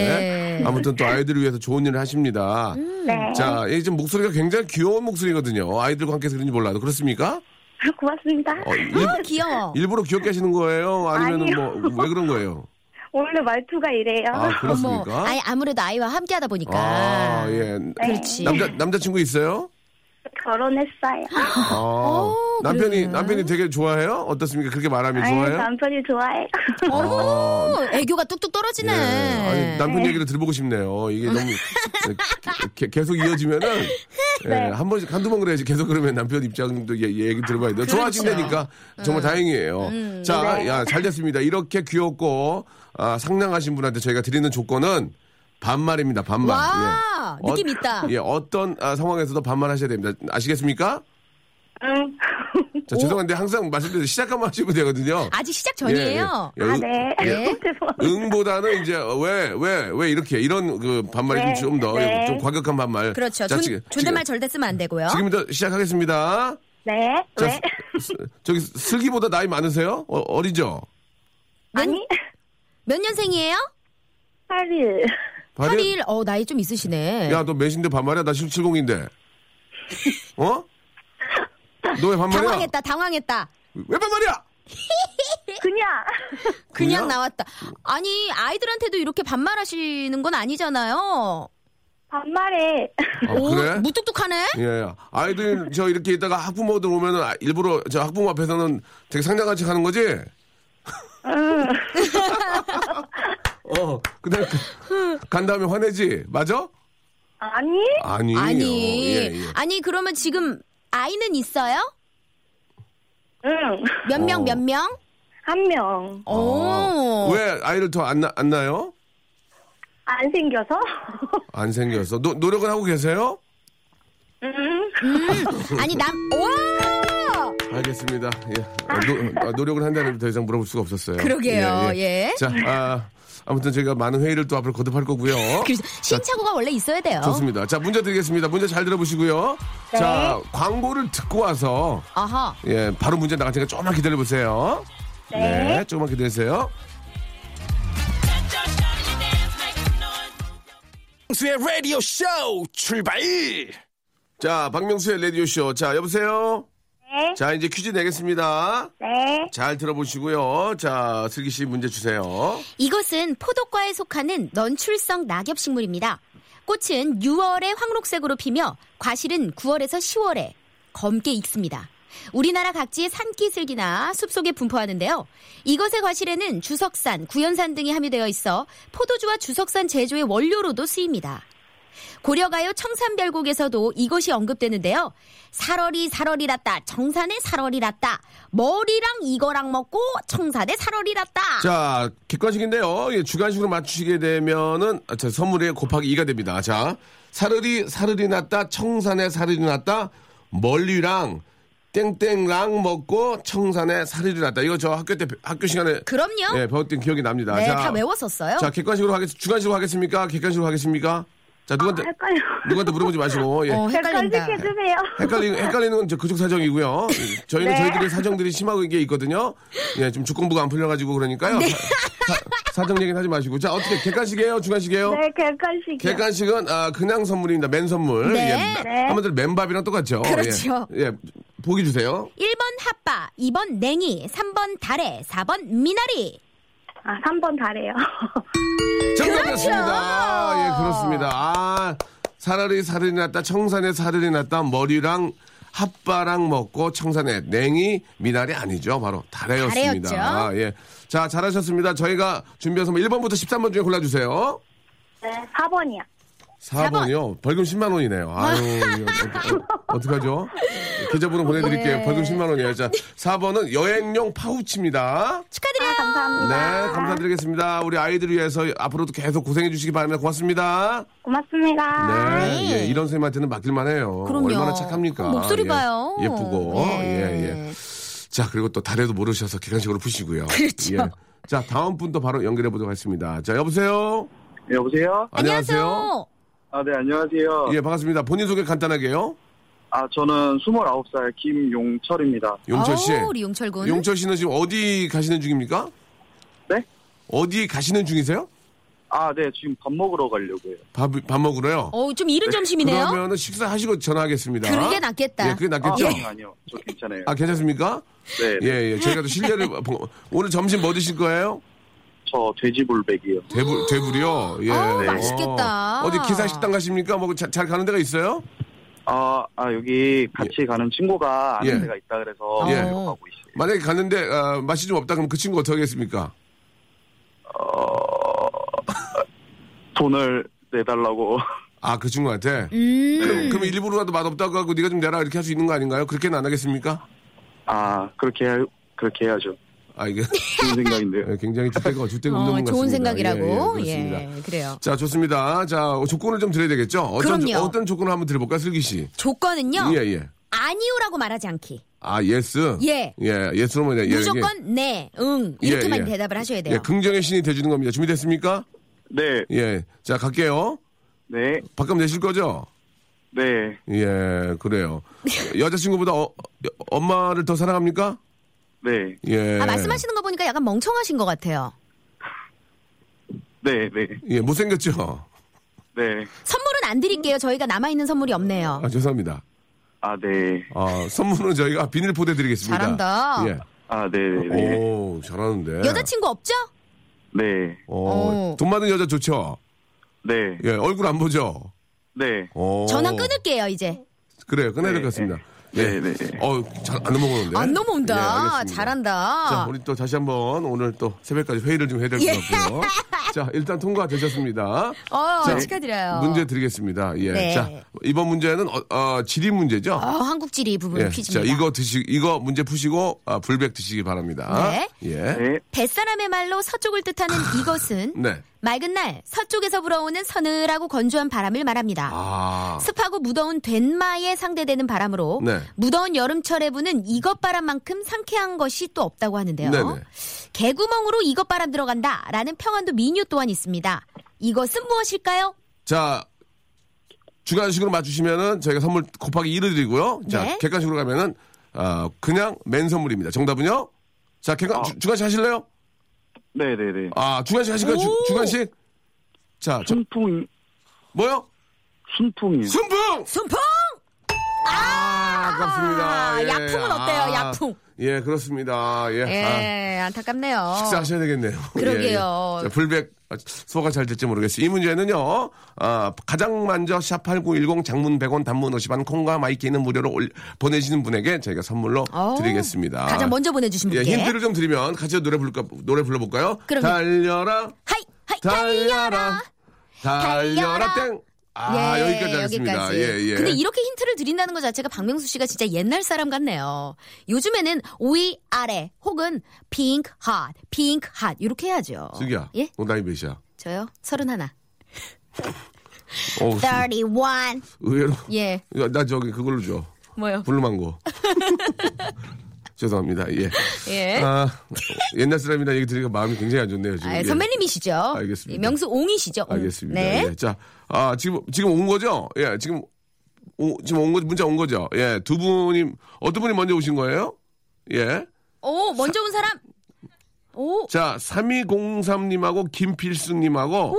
S3: 예. 음.
S1: 아무튼 또 아이들을 위해서 좋은 일을 하십니다.
S4: 네.
S1: 예. 자, 이 지금 목소리가 굉장히 귀여운 목소리거든요. 아이들과 함께서 그런지 몰라도. 그렇습니까?
S4: 아, 고맙습니다.
S1: 어, 일,
S3: 어, 귀여워.
S1: 일부러 귀엽게 하시는 거예요? 아니면
S4: 아니요.
S1: 뭐, 왜 그런 거예요?
S4: 원래 말투가 이래요.
S1: 아, 그렇습니까?
S3: 아니, 아무래도 아이와 함께 하다 보니까.
S1: 아, 예.
S3: 그렇지.
S1: 남자, 남자친구
S3: <laughs>
S1: 있어요?
S4: 결혼했어요.
S1: 아, 남편이, 남편이 되게 좋아해요? 어떻습니까? 그렇게 말하면
S4: 아유,
S1: 좋아요?
S3: 어,
S4: 남편이 좋아해요.
S3: 오, 어, 애교가 뚝뚝 떨어지네.
S1: 예, 아니, 남편 얘기를 들어보고 싶네요. 이게 너무 예, 게- 계속 이어지면은 예,
S3: 네.
S1: 한 번씩 한두 번 그래야지 계속 그러면 남편 입장도 얘- 얘기 들어봐야 돼요.
S3: 그렇죠.
S1: 좋아하신다니까
S3: 음.
S1: 정말 다행이에요. 자,
S3: 네.
S1: 야, 잘 됐습니다. 이렇게 귀엽고 아, 상냥하신 분한테 저희가 드리는 조건은 반말입니다. 반말.
S3: 와,
S1: 예.
S3: 느낌 있다.
S1: 예, 어떤 아, 상황에서도 반말하셔야 됩니다. 아시겠습니까?
S4: 응.
S1: 자, 죄송한데 항상 말씀드려서 시작하면 하시면 되거든요.
S3: 아직 시작 전이에요.
S1: 예, 예. 예,
S4: 아,
S1: 응-
S4: 네.
S1: 예.
S4: 죄송합니다.
S1: 응보다는 이제 어, 왜 왜 왜 이렇게 이런 그 반말이
S4: 네,
S1: 좀 더 좀
S4: 네.
S1: 과격한 반말.
S3: 그렇죠.
S1: 자,
S3: 존,
S1: 지금-
S3: 존댓말 절대 쓰면 안 되고요.
S1: 지금, 지금부터 시작하겠습니다.
S4: 네.
S1: 자,
S4: 왜?
S1: 스- 스- 저기 슬기보다 나이 많으세요? 어, 어리죠?
S4: 아니,
S3: 몇 년생이에요?
S4: 8일.
S3: 8일. 어, 나이 좀 있으시네.
S1: 야너 몇인데 반말이야? 나 70인데. 어? 너 왜 반말이야?
S3: 당황했다, 당황했다.
S1: 왜 반말이야?
S4: 그냥.
S3: 그냥,
S1: 그냥?
S3: 나왔다. 아니, 아이들한테도 이렇게 반말하시는 건 아니잖아요.
S4: 반말에.
S1: 아,
S3: 오,
S1: 그래?
S3: 무뚝뚝하네?
S1: 예, 아이들 저 이렇게 있다가 학부모들 오면은 아, 일부러 저 학부모 앞에서는 되게 상냥한 척 하는 거지? 어, 근데 그- 간 다음에 화내지, 맞아?
S4: 아니?
S1: 아니,
S3: 아니.
S1: 예, 예.
S3: 아니, 그러면 지금 아이는 있어요?
S4: 응.
S3: 몇
S1: 어. 아.
S3: 명, 몇 명?
S4: 한 명.
S3: 오.
S1: 왜 아이를 더 안 안 나요?
S4: 안 생겨서?
S1: 안 생겨서 노, 노력은 하고 계세요?
S4: 응.
S3: 아니, 남,
S1: <laughs>
S3: 와!
S1: 알겠습니다. 예, 아, 노, 아, 노력을 한다는 더 이상 물어볼 수가 없었어요.
S3: 그러게요, 예.
S1: 자, 아, 아무튼 저희가 많은 회의를 또 앞으로 거듭할 거고요.
S3: 그래서 시행착오가 원래 있어야 돼요.
S1: 좋습니다. 자, 문제 드리겠습니다. 문제 잘 들어보시고요. 자, 광고를 듣고 와서,
S3: 아하.
S1: 예, 바로 문제 나갈 테니까 조금만 기다려보세요. 네. 조금만 기다리세요.
S6: 박명수의 라디오 쇼 출발!
S1: 자, 박명수의 라디오쇼. 자, 여보세요? 네. 자, 이제 퀴즈 내겠습니다.
S4: 네.
S1: 잘 들어보시고요. 자, 슬기 씨 문제 주세요.
S3: 이것은 포도과에 속하는 넌출성 낙엽 식물입니다. 꽃은 6월에 황록색으로 피며 과실은 9월에서 10월에 검게 익습니다. 우리나라 각지의 산기슬기나 숲속에 분포하는데요. 이것의 과실에는 주석산, 구연산 등이 함유되어 있어 포도주와 주석산 제조의 원료로도 쓰입니다. 고려가요 청산별곡에서도 이것이 언급되는데요. 살얼이 살얼이랐다. 정산에 살얼이랐다. 머리랑 이거랑 먹고 청산에 살얼이랐다.
S1: 자, 객관식인데요. 예, 주관식으로 맞추시게 되면은, 아, 자, 선물에 곱하기 2가 됩니다. 자, 사르리, 사르리 났다, 청산에 사르리 났다, 멀리랑 땡땡랑 먹고 청산에 사리를 났다. 이거 저 학교 때 학교 시간에
S3: 그럼요.
S1: 예, 배웠던 기억이 납니다.
S3: 네,
S1: 자,
S3: 다 외웠었어요.
S1: 자, 객관식으로 하겠 주관식으로 하겠습니까? 객관식으로 하겠습니까? 자, 누구한테
S4: 헷갈려.
S1: 누구한테 물어보지 마시고 예.
S3: 어, 헷갈린다.
S4: 간식해주세요.
S1: 헷갈리는, 헷갈리는 건 저 그쪽 사정이고요. 저희는
S4: 네.
S1: 저희들이 사정들이 심하게 있거든요. 예, 지금 주공부가 안 풀려가지고 그러니까요.
S3: 네.
S1: 사, 정 얘기는 하지 마시고. 자, 어떻게 객관식이에요? 주관식이에요?
S4: 네, 객관식이요.
S1: 어? 객관식은 아, 그냥 선물입니다. 맨 선물.
S3: 네.
S1: 예,
S4: 네.
S1: 한번들 맨밥이랑 똑같죠.
S3: 그렇죠.
S1: 예, 예, 보기 주세요.
S3: 1번 핫바, 2번 냉이, 3번 달래, 4번 미나리.
S4: 아, 3번 다래요. <laughs>
S1: 정답이었습니다.
S3: 그렇죠.
S1: 예, 그렇습니다. 아, 사르리 사르리 났다. 청산에 사르리 났다. 머리랑 핫바랑 먹고 청산에 냉이 미나리 아니죠. 바로 다래였습니다.
S3: 다래였죠.
S1: 아, 예. 자, 잘하셨습니다. 저희가 준비한 선물 1번부터 13번 중에 골라주세요.
S4: 네, 4번이요.
S1: 4번이요. 벌금 10만 원이네요. 아유, 이거 어떡- 어떡하죠? 계좌번호 보내드릴게요.
S3: 네.
S1: 벌금 10만 원이에요. 자, 4번은 여행용 파우치입니다.
S3: 축하드려요.
S1: 네,
S4: 아, 감사합니다.
S1: 감사드리겠습니다. 우리 아이들 위해서 앞으로도 계속 고생해 주시기 바랍니다. 고맙습니다.
S4: 고맙습니다.
S1: 네,
S3: 네.
S1: 예, 이런 선생님한테는 맡길만 해요.
S3: 그럼요.
S1: 아, 얼마나 착합니까?
S3: 어, 목소리
S1: 예,
S3: 봐요.
S1: 예쁘고. 예, 예.
S3: 예.
S1: 자, 그리고 또 다래도 모르셔서 객관식으로 푸시고요.
S3: <laughs> 그렇죠.
S1: 예. 자, 다음 분도 바로 연결해 보도록 하겠습니다. 자, 여보세요?
S7: 여보세요?
S1: 안녕하세요.
S3: 안녕하세요.
S7: 아, 네, 안녕하세요.
S1: 예, 반갑습니다. 본인 소개 간단하게요.
S7: 아, 저는 29살 김용철입니다.
S1: 용철 씨.
S3: 아우, 우리 용철 군.
S1: 용철 씨는 지금 어디 가시는 중입니까?
S7: 네?
S1: 어디 가시는 중이세요?
S7: 아, 네, 지금 밥 먹으러 가려고요.
S1: 밥, 밥 먹으러요?
S3: 어우, 좀 이른 점심이네요.
S1: 그러면은 식사하시고 전화하겠습니다.
S3: 그게 낫겠다. 어,
S1: 예, 그게
S7: 아,
S1: 낫겠죠?
S7: 아니요, 아니요. 저 괜찮아요.
S1: 아, 괜찮습니까?
S7: 네, 네.
S1: 예, 예. 저희가 또 실례를. 보- 오늘 점심 뭐 드실 거예요?
S7: 저 돼지불백이요.
S1: 대불, 대불이요? 예.
S3: 아우,
S1: 어.
S3: 맛있겠다.
S1: 어디 기사 식당 가십니까? 뭐, 자- 잘 가는 데가 있어요?
S7: 아, 아, 여기 같이 가는 친구가 아는
S1: 예.
S7: 데가 있다 그래서
S1: 예.
S7: 데려가고 있어요.
S1: 만약에 갔는데, 아, 맛이 좀 없다 그러면 그 친구 어떻게 하겠습니까?
S7: 어, 돈을 내달라고. <laughs>
S1: 아, 그 친구한테?
S3: 음.
S1: 그럼 일부러라도 맛없다고 하고 네가 좀 내라 이렇게 할 수 있는 거 아닌가요? 그렇게는 안 하겠습니까?
S7: 아, 그렇게, 해- 그렇게 해야죠.
S1: 아, 이게 <laughs>
S7: 좋은 생각인데요.
S1: 굉장히 주택가, 주택
S3: 어,
S1: 없는 분 같습니다.
S3: 좋은 생각이라고.
S1: 예, 예,
S3: 예,
S1: 그렇습니다.
S3: 그래요.
S1: 자, 좋습니다. 자, 어, 조건을 좀 드려야 되겠죠? 어떤, 조-
S3: 그럼요.
S1: 어떤 조건을 한번 드려볼까요, 슬기 씨?
S3: 조건은요.
S1: 예, 예.
S3: 아니오라고 말하지 않기.
S1: 아, 예스?
S3: 예.
S1: 예, 예스로 뭐냐. 예,
S3: 무조건 네, 응 이렇게만
S1: 예, 예.
S3: 대답을 하셔야
S1: 예.
S3: 돼요.
S1: 예, 긍정의 신이 돼주는 겁니다. 준비됐습니까?
S7: 네,
S1: 예. 자, 갈게요.
S7: 네,
S1: 밥값 내실 거죠?
S7: 네,
S1: 예,
S3: <laughs>
S1: 그래요. 여자친구보다 어, 여- 엄마를 더 사랑합니까?
S7: 네,
S1: 예.
S3: 아, 말씀하시는 거 보니까 약간 멍청하신 것 같아요.
S7: 네, 네,
S1: 예, 못생겼죠?
S7: 네.
S3: 선물은 안 드릴게요. 저희가 남아 있는 선물이 없네요.
S1: 아, 죄송합니다.
S7: 아, 네.
S1: 아, 선물은 저희가 비닐포대 드리겠습니다.
S3: 잘한다.
S1: 예.
S7: 아, 네, 네, 네.
S1: 오, 잘하는데.
S3: 여자친구 없죠?
S7: 네,
S1: 어,
S3: 오.
S1: 돈 많은 여자 좋죠?
S7: 네,
S1: 예, 얼굴 안 보죠?
S7: 네.
S1: 오.
S3: 전화 끊을게요 이제.
S1: 그래요, 끊어야 될 것 같습니다.
S7: 네, 네, 네.
S1: 어, 잘 안 넘어오는데.
S3: 안 넘어온다.
S1: 예, 알겠습니다.
S3: 잘한다.
S1: 자, 우리 또 다시 한번 오늘 또 새벽까지 회의를 좀 해야
S3: 예.
S1: 될 것 같고요. 자, 일단 통과되셨습니다.
S3: 어
S1: 자,
S3: 축하드려요.
S1: 문제 드리겠습니다. 예.
S3: 네.
S1: 자, 이번 문제는 어, 어, 지리 문제죠?
S3: 어, 한국지리 부분
S1: 예. 자,
S3: 퀴즈입니다.
S1: 이거 드시 이거 문제 푸시고 아, 불백 드시기 바랍니다.
S3: 네.
S1: 예.
S7: 네.
S3: 뱃사람의 말로 서쪽을 뜻하는 이것은
S1: 네.
S3: 맑은 날 서쪽에서 불어오는 서늘하고 건조한 바람을 말합니다.
S1: 아.
S3: 습하고 무더운 된마에 상대되는 바람으로
S1: 네.
S3: 무더운 여름철에 부는 이것바람만큼 상쾌한 것이 또 없다고 하는데요.
S1: 네네.
S3: 개구멍으로 이것바람 들어간다라는 평안도 민요 또한 있습니다. 이것은 무엇일까요?
S1: 자, 주간식으로 맞추시면은 저희가 선물 곱하기 1을 드리고요. 자,
S3: 네.
S1: 객관식으로 가면은 아, 그냥 맨 선물입니다. 정답은요? 자, 객관 주- 주간식 하실래요?
S7: 네, 네, 네.
S1: 아, 주간식 하실까요? 주,
S3: 오! 음.
S1: 주간식? 자, 저-
S7: 순풍,
S1: 뭐요?
S7: 순풍이요.
S1: 순풍!
S3: 순풍!
S1: 아깝습니다. 예.
S3: 아, 약품은 어때요?
S1: 아,
S3: 약품.
S1: 예, 그렇습니다. 예. 아,
S3: 예, 안타깝네요.
S1: 식사하셔야 되겠네요. <laughs>
S3: 그러게요.
S1: 예, 예. 자, 불백 아, 소화가 잘 될지 모르겠어요. 이 문제는요. 아, 가장 먼저 샵8910 장문 100원 단문 50원 콩과 마이키는 무료로 올- 보내시는 분에게 저희가 선물로
S3: 어우,
S1: 드리겠습니다.
S3: 가장 먼저 보내주신
S1: 예,
S3: 분께
S1: 힌트를 좀 드리면 같이 노래 부를까 노래 불러볼까요?
S3: 그럼요.
S1: 달려라
S3: 하이 하이
S1: 달려라 달려라
S3: 달려라. 예,
S1: 땡. 아 여기까지 하겠습니다.
S3: 여기까지.
S1: 예, 예.
S3: 근데 이렇게 힌트를 드린다는 것 자체가 박명수 씨가 진짜 옛날 사람 같네요. 요즘에는 위 아래 혹은 핑크 핫, 핑크 핫 이렇게 해야죠.
S1: 슬기야,
S3: 예?
S1: 너 나이 몇이야?
S3: 저요? 서른 하나.
S1: 어우,
S3: 31.
S1: 의외로
S3: 예.
S1: 야, 나 저기 그걸로 줘.
S3: 뭐요? <laughs>
S1: 블루망고. 죄송합니다. 예.
S3: 예.
S1: 아, 옛날 사람이라 얘기 들으니까 마음이 굉장히 안 좋네요. 지금.
S3: 아,
S1: 예.
S3: 선배님이시죠?
S1: 알겠습니다.
S3: 예, 명수 옹이시죠? 옹.
S1: 알겠습니다.
S3: 네.
S1: 예. 자, 아, 지금, 지금 온 거죠? 예, 지금, 오, 지금 온 거, 문자 온 거죠? 예, 두 분이, 어떤 분이 먼저 오신 거예요? 예.
S3: 오, 먼저 온 사람. 오,
S1: 자, 3203님하고 김필수님하고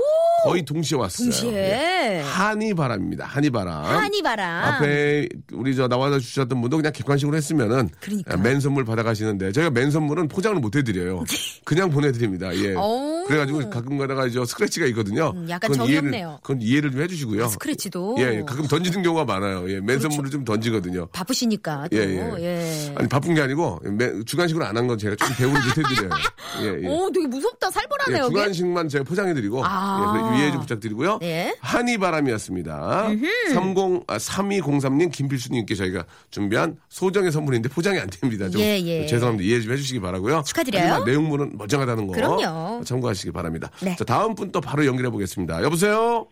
S1: 거의 동시에 왔어요. 예.
S3: 동시에.
S1: 한이 바람입니다. 한이 바람.
S3: 한이 아. 바람.
S1: 앞에 우리 저 나와서 주셨던 분도 그냥 객관식으로 했으면은 예,
S3: 그러니까.
S1: 맨 선물 받아가시는데 저희가 맨 선물은 포장을
S3: <laughs>
S1: 못 해드려요. 그냥 보내드립니다. 예.
S3: 오.
S1: 그래가지고 가끔 가다가 저 스크래치가 있거든요.
S3: 어. 음, 약간
S1: 그건
S3: 정이
S1: 이해를-
S3: 없네요. 아,
S1: 그건 이해를 좀 해주시고요.
S3: 스크래치도.
S1: 예, 예. 가끔 던지는 경우가 많아요. 예, 맨 선물을 좀 던지거든요.
S3: 바쁘시니까 또.
S1: 예,
S3: 예.
S1: 예. 아니 바쁜 게 아니고 매- 주간식으로 안 한 건 제가 좀
S3: <laughs>
S1: 배우는 듯 해드려요. 예, 예.
S3: 오, 되게 무섭다. 살벌하네요.
S1: 예,
S3: 여기.
S1: 주간식만 제가 포장해드리고
S3: 아.
S1: 예, 그래, 이해 좀 부탁드리고요.
S3: 네.
S1: 한이바람이었습니다. 30, 아, 3203님 김필수님께 저희가 준비한 소정의 선물인데 포장이 안 됩니다. 좀
S3: 예, 예.
S1: 죄송합니다. 이해 좀 해주시기 바라고요.
S3: 축하드려요.
S1: 하지만 내용물은 멀쩡하다는 거
S3: 그럼요.
S1: 참고하시기 바랍니다.
S3: 네.
S1: 자 다음 분 또 바로 연결해 보겠습니다. 여보세요.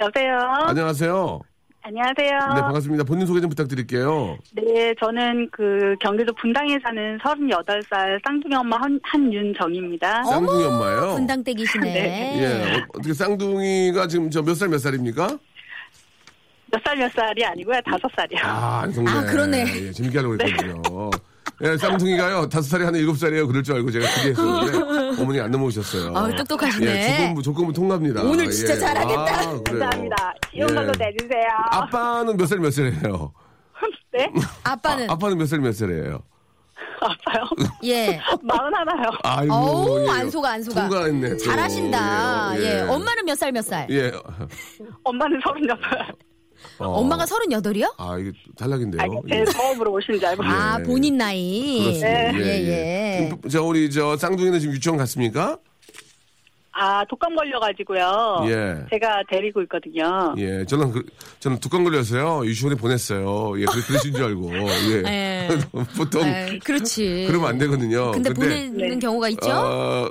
S2: 여보세요.
S1: 안녕하세요.
S4: 안녕하세요.
S1: 아, 네 반갑습니다. 본인 소개 좀 부탁드릴게요.
S4: 네, 저는 그 경기도 분당에 사는 38살 쌍둥이 엄마 한, 한윤정입니다.
S1: 쌍둥이 엄마예요.
S3: 분당댁이시네.
S4: 네.
S1: 예 어, 어떻게 쌍둥이가 지금 저 몇 살 몇 살입니까?
S2: 몇 살 몇 살이 아니고요. 다섯 살이요.
S1: 아, 안성네.
S3: 아, 그러네.
S1: 예, 재밌게 하려고 그랬거든요. 예, 쌍둥이가요, 다섯 살이 하나 일곱 살이에요. 그럴 줄 알고 제가
S3: <laughs>
S1: 기대했었는데, 어머니 안 넘어오셨어요.
S3: 아유, 똑똑하시네.
S1: 예, 조건부, 조건부 통과입니다.
S3: 오늘 진짜 잘하겠다.
S1: 아, 그래요.
S4: 감사합니다. 이런
S1: 예.
S4: 걸로 내주세요.
S2: <laughs>
S1: 아빠는 몇 살 몇 살이에요?
S4: 네?
S3: 아빠는.
S1: 아, 빠는 몇 살 몇 살이에요?
S2: 아파요? <laughs>
S3: 예.
S2: 마흔 하나요.
S1: 아이고.
S3: 어우,
S1: 예.
S3: 안 속아, 안 속아.
S1: 통과했네. 또.
S3: 잘하신다. 예. 엄마는 몇 살, 몇 살?
S1: 예.
S2: 엄마는 서른여덟.
S1: 어.
S3: <laughs> 엄마가 38이요?
S1: 아, 이게 탈락인데요.
S2: 아니,
S1: 예.
S2: 제 처음으로 오신 줄 알고.
S3: 아,
S1: 예.
S3: 본인 나이.
S1: 그렇습니다.
S3: 예, 예.
S1: 지금 저, 우리, 저, 쌍둥이는 지금 유치원 갔습니까?
S2: 아, 독감 걸려가지고요.
S1: 예.
S2: 제가 데리고 있거든요.
S1: 예, 저는 그, 저는 두건 걸려서요. 유치원에 보냈어요. 예, 그, 그러신 줄 알고.
S3: <laughs>
S1: 예.
S3: 예.
S1: <laughs> 보통 <laughs>
S3: 아, 그렇지.
S1: 그러면 안 되거든요.
S3: 근데, 보내는
S2: 네.
S3: 경우가 있죠?
S1: 어,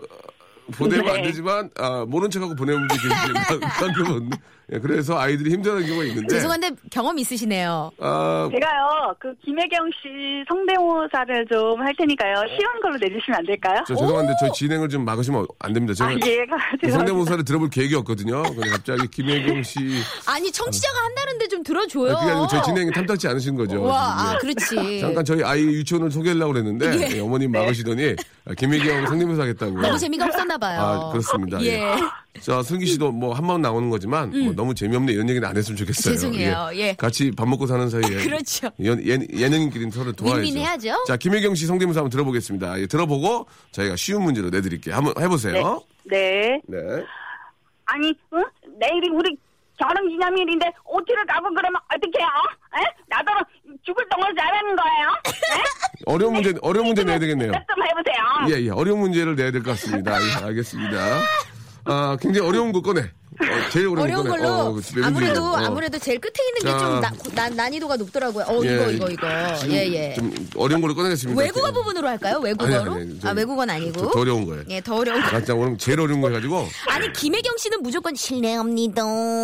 S1: 보내면 안
S2: 네.
S1: 되지만 아, 모른 척하고 보내는 게 굉장히 가끔은 예, 그래서 아이들이 힘들어하는 경우가 있는데.
S3: 죄송한데 경험 있으시네요.
S1: 아,
S2: 제가요, 그, 김혜경 씨 성대모사를 좀 할 테니까요. 쉬운 걸로 내주시면 안 될까요?
S1: 저 죄송한데 저희 진행을 좀 막으시면 안 됩니다.
S2: 아,
S1: 제가
S2: 예, 가
S1: 그 성대모사를 들어볼 계획이 없거든요. 근데 갑자기 김혜경 씨
S3: 아니 청취자가 한다는데 좀
S1: 아,
S3: 들어줘요.
S1: 그게 아니고 저희 진행이 탐탁지 않으신 거죠.
S3: 와, 아,
S1: 지금, 예.
S3: 그렇지.
S1: 잠깐 저희 아이 유치원을 소개하려고 그랬는데 예, 어머님 막으시더니 김혜경 성대모사 하겠다고.
S3: 네. 너무 재미가 없었나 봐요.
S1: 아, 그렇습니다.
S3: 예.
S1: 예. 자, 승기 씨도 뭐 한마음 나오는 거지만 뭐 너무 재미없네 이런 얘기는 안 했으면 좋겠어요.
S3: 죄송해요. 예.
S1: 같이 밥 먹고 사는 사이에
S3: <laughs> 그렇죠.
S1: 연, 예능, 끼리 서로 도와야죠.
S3: 윈윈해야죠.
S1: 자, 김혜경 씨 성대모사 한번 들어보겠습니다. 예, 들어보고 저희가 쉬운 문제로 내드릴게요. 한번 해보세요.
S4: 네.
S1: 네.
S4: 아니, 응? 내일이 우리 결혼 기념일인데 OT를 가고 그러면 어떡해요? 에? 나더러 죽을 동안 자라는 거예요?
S1: 어려운 문제, 어려운 문제 내야 <laughs> 되겠네요.
S4: 대답 좀 해보세요.
S1: 예, 예. 어려운 문제를 내야 될 것 같습니다. 예, 알겠습니다. 아, 굉장히 어려운 거 꺼내. 어, 제일 어려운,
S3: <laughs> 어려운
S1: 거 꺼내.
S3: 걸로
S1: 어, 집에
S3: 아무래도
S1: 문제로. 어.
S3: 아무래도 제일 끝에 있는
S1: 자.
S3: 게
S1: 예,
S3: 좀 난이도가 높더라고요. 어 이거 이거 이거
S1: 지금
S3: 예예.
S1: 좀 어려운 걸로 꺼내겠습니다.
S3: 외국어 부분으로 할까요? 외국어로?
S1: 아니, 아니,
S3: 아
S1: 좀-
S3: 외국어는
S1: 더
S3: 아니고.
S1: 어려운 거예요.
S3: 예, 더 어려운 거.
S1: 나 진짜 오늘 제일 어려운 거 해가지고.
S3: 아니 김혜경 씨는 무조건 실례합니다.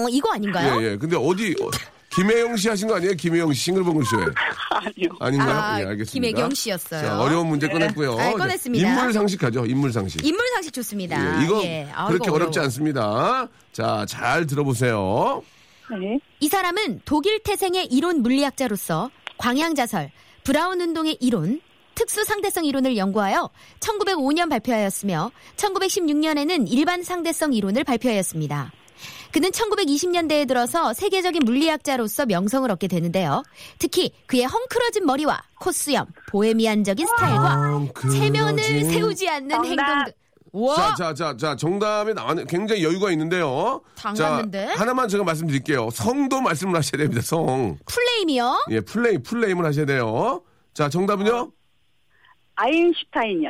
S3: 이거 아닌가요?
S1: 예, 예. 근데 어디, 어, 김혜영 씨 하신 거 아니에요? 김혜영 씨 싱글벙글 쇼에.
S2: 아니요.
S1: 아닌가요?
S3: 아,
S1: 예, 알겠습니다.
S3: 김혜경 씨였어요.
S1: 자, 어려운 문제 꺼냈고요.
S3: 아, 꺼냈습니다.
S1: 인물 상식하죠, 인물 상식.
S3: 인물 상식 좋습니다.
S1: 예, 이거
S3: 예. 아,
S1: 그렇게
S3: 이거
S1: 어렵지
S3: 어려워.
S1: 않습니다. 자, 잘 들어보세요.
S2: 네.
S3: 이 사람은 독일 태생의 이론 물리학자로서 광양자설, 브라운 운동의 이론, 특수 상대성 이론을 연구하여 1905년 발표하였으며 1916년에는 일반 상대성 이론을 발표하였습니다. 그는 1920년대에 들어서 세계적인 물리학자로서 명성을 얻게 되는데요. 특히 그의 헝클어진 머리와 콧수염, 보헤미안적인
S1: 음,
S3: 스타일과 체면을 세우지 않는 행동 등
S1: 자,
S3: 와!
S1: 자, 자, 자, 정답이 나왔는 굉장히 여유가 있는데요.
S3: 당황했는데?
S1: 자, 하나만 제가 말씀드릴게요. 성도 말씀을 하셔야 됩니다, 성.
S3: 플레임이요?
S1: 예, 플레이, 플레임을 하셔야 돼요. 자, 정답은요?
S2: 아인슈타인이요.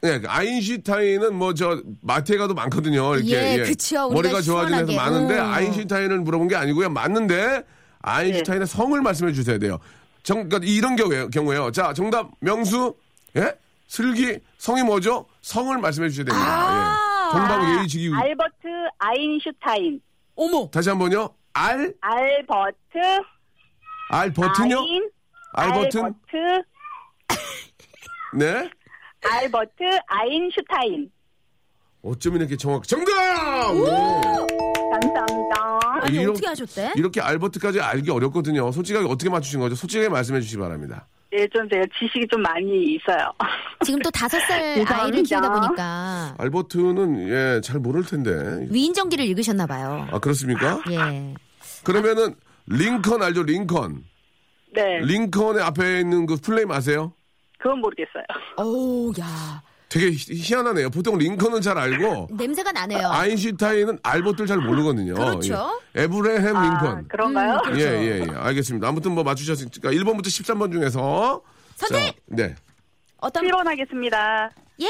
S1: 네, 그 아인슈타인은 뭐 저 마트에 가도 많거든요.
S3: 예,
S1: 이렇게
S3: 그쵸. 우리가
S1: 머리가 좋아지는 해서
S3: 시원하게.
S1: 많은데
S3: 음.
S1: 아인슈타인을 물어본 게 아니고요. 맞는데 아인슈타인의 성을 말씀해 주셔야 돼요. 정, 그러니까 이런 경우에요. 경우에요. 자, 정답 명수, 예, 슬기 성이 뭐죠? 성을 말씀해 주셔야 됩니다.
S3: 아.
S1: 예. 동방 예의지기 위-
S2: 알버트 아인슈타인.
S3: 어머!
S1: 다시 한번요. 알,
S2: 알버트
S1: 알 버튼요?
S2: 아인
S1: 알버트?
S4: 알버트,
S1: 네?
S4: 알버트 아인슈타인.
S1: 어쩜 이렇게 정확, 정답!
S4: 감사합니다.
S3: 아니,
S1: 이런-
S3: 어떻게 아셨대?
S1: 이렇게 알버트까지 알기 어렵거든요. 솔직하게 어떻게 맞추신 거죠? 솔직하게 말씀해 주시기 바랍니다.
S2: 예전 제가 지식이 좀 많이 있어요. <laughs>
S3: 지금 또 다섯 살 <laughs>
S4: 죄송합니다.
S3: 아이를 키우다 보니까
S1: 알버트는, 예, 잘 모를 텐데.
S3: 위인전기를 읽으셨나봐요.
S1: 아, 그렇습니까?
S3: 예.
S1: 그러면은, 링컨 알죠? 링컨.
S2: 네.
S1: 링컨의 앞에 있는 그 플레임 아세요?
S2: 그건 모르겠어요.
S3: 어우, 야.
S1: 되게 희- 희한하네요. 보통 링컨은 잘 알고,
S3: 냄새가 나네요.
S1: 아인슈타인은 알버트를 잘 모르거든요.
S3: 그렇죠.
S1: 예. 에브레햄 링컨.
S2: 아, 그런가요?
S3: 음.
S1: 예, 예, 예. 알겠습니다. 아무튼 뭐 맞추셨으니까 1번부터 13번 중에서
S3: 선택!
S1: 자, 네.
S3: 어떤,
S2: 7번 하겠습니다.
S3: 예?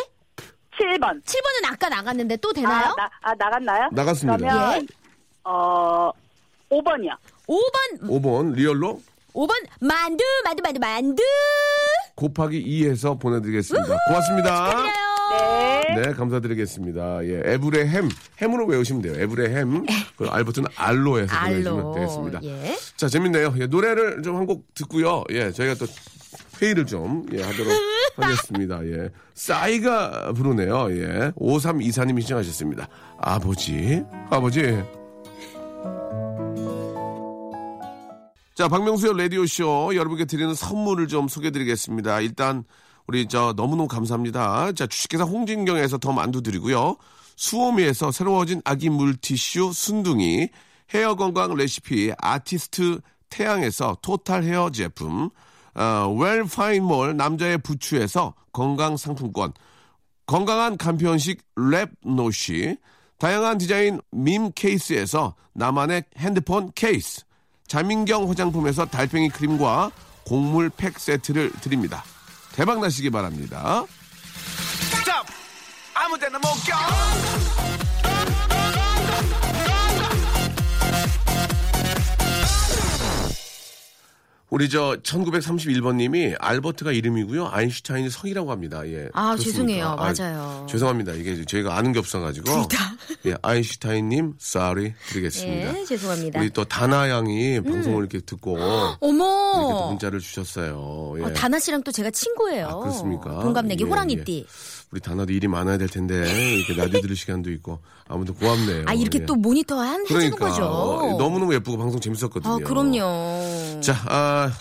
S2: 7번.
S3: 7번은 아까 나갔는데 또
S2: 아,
S3: 되나요?
S2: 나, 아, 나갔나요?
S1: 나갔습니다.
S2: 그러면,
S3: 예.
S2: 어, 5번이요.
S3: 5번,
S1: 5번 리얼로
S3: 5번, 만두, 만두, 만두, 만두!
S1: 곱하기 2해서 보내드리겠습니다. 고맙습니다.
S2: 네.
S1: 아, 네, 감사드리겠습니다. 예, 에브레햄. 햄으로 외우시면 돼요. 에브레햄. 그 알버트는 알로 해서 보내주시면
S3: 알로.
S1: 네, 되겠습니다.
S3: 예.
S1: 자, 재밌네요. 예, 노래를 좀 한 곡 듣고요. 예, 저희가 또 회의를 좀, 예, <laughs> 하도록 하겠습니다. 예. 싸이가 부르네요. 예. 5324님이 신청하셨습니다. 아버지. 아버지. 자, 박명수의 라디오쇼 여러분께 드리는 선물을 좀 소개드리겠습니다. 일단, 우리 저 너무너무 감사합니다. 자, 주식회사 홍진경에서 더 만두 드리고요. 수오미에서 새로워진 아기 물티슈 순둥이, 헤어 건강 레시피 아티스트 태양에서 토탈 헤어 제품, 어, 웰파인몰 남자의 부추에서 건강 상품권, 건강한 간편식 랩노시, 다양한 디자인 밈 케이스에서 나만의 핸드폰 케이스, 자민경 화장품에서 달팽이 크림과 곡물 팩 세트를 드립니다. 대박 나시기 바랍니다. 우리 저 1931번님이 알버트가 이름이고요. 아인슈타인이 성이라고 합니다. 예.
S3: 아,
S1: 그렇습니까?
S3: 죄송해요.
S1: 아,
S3: 죄송해요. 맞아요.
S1: 죄송합니다. 이게 저희가 아는 게 없어가지고. 예, 아인슈타인님, sorry 드리겠습니다.
S3: 예, 죄송합니다. 음.
S1: 우리 또 다나 양이 방송을 이렇게 듣고 이렇게 또
S3: 어머!
S1: 문자를 주셨어요. 예.
S3: 어, 다나 씨랑 또 제가 친구예요.
S1: 아, 그렇습니까?
S3: 동갑내기
S1: 예,
S3: 호랑이띠.
S1: 우리 다나도 일이 많아야 될 텐데 이렇게 라디오 들을 시간도 있고 아무튼 고맙네요.
S3: 아, 이렇게
S1: 예.
S3: 또 모니터 한, 해주는
S1: 그러니까
S3: 거죠.
S1: 어, 너무너무 예쁘고 방송 재밌었거든요.
S3: 아, 그럼요.
S1: 자, 아,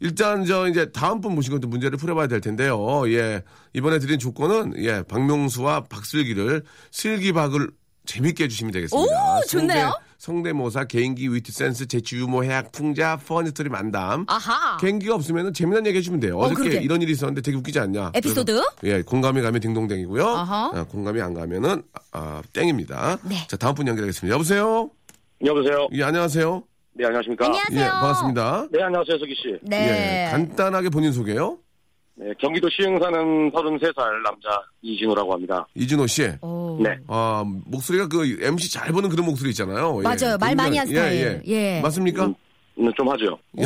S1: 일단 저 이제 다음 분 모시고 또 문제를 풀어봐야 될 텐데요. 예, 이번에 드린 조건은 예, 박명수와 박슬기를 슬기박을 재밌게 해주시면 되겠습니다.
S3: 오, 좋네요.
S1: 성대, 모사 개인기, 위트, 센스, 재치, 유머, 해학, 풍자, 퍼니스토리, 만담.
S3: 아하.
S1: 개인기가 없으면 재미난 얘기 해주면 돼요. 어저께
S3: 그러게.
S1: 이런 일이 있었는데 되게 웃기지 않냐.
S3: 에피소드?
S1: 그래서, 예, 공감이 가면 딩동댕이고요.
S3: 아하.
S1: 아, 공감이 안 가면은 아, 땡입니다.
S3: 네.
S1: 자, 다음 분 연결하겠습니다. 여보세요?
S8: 여보세요.
S1: 예, 안녕하세요?
S8: 네 안녕하십니까.
S3: 안녕하세요.
S1: 예, 반갑습니다.
S8: 네 안녕하세요 서기 씨.
S3: 네.
S1: 예, 간단하게 본인 소개요.
S8: 네, 경기도 시흥 사는 33살 남자 이진호라고 합니다.
S1: 이진호 씨.
S3: 오.
S8: 네.
S1: 아, 목소리가 그 MC 잘 보는 그런 목소리 있잖아요. 예.
S3: 맞아요. 말 많이 한 스타일. 예.
S1: 맞습니까?
S8: 음, 좀 하죠.
S3: 오,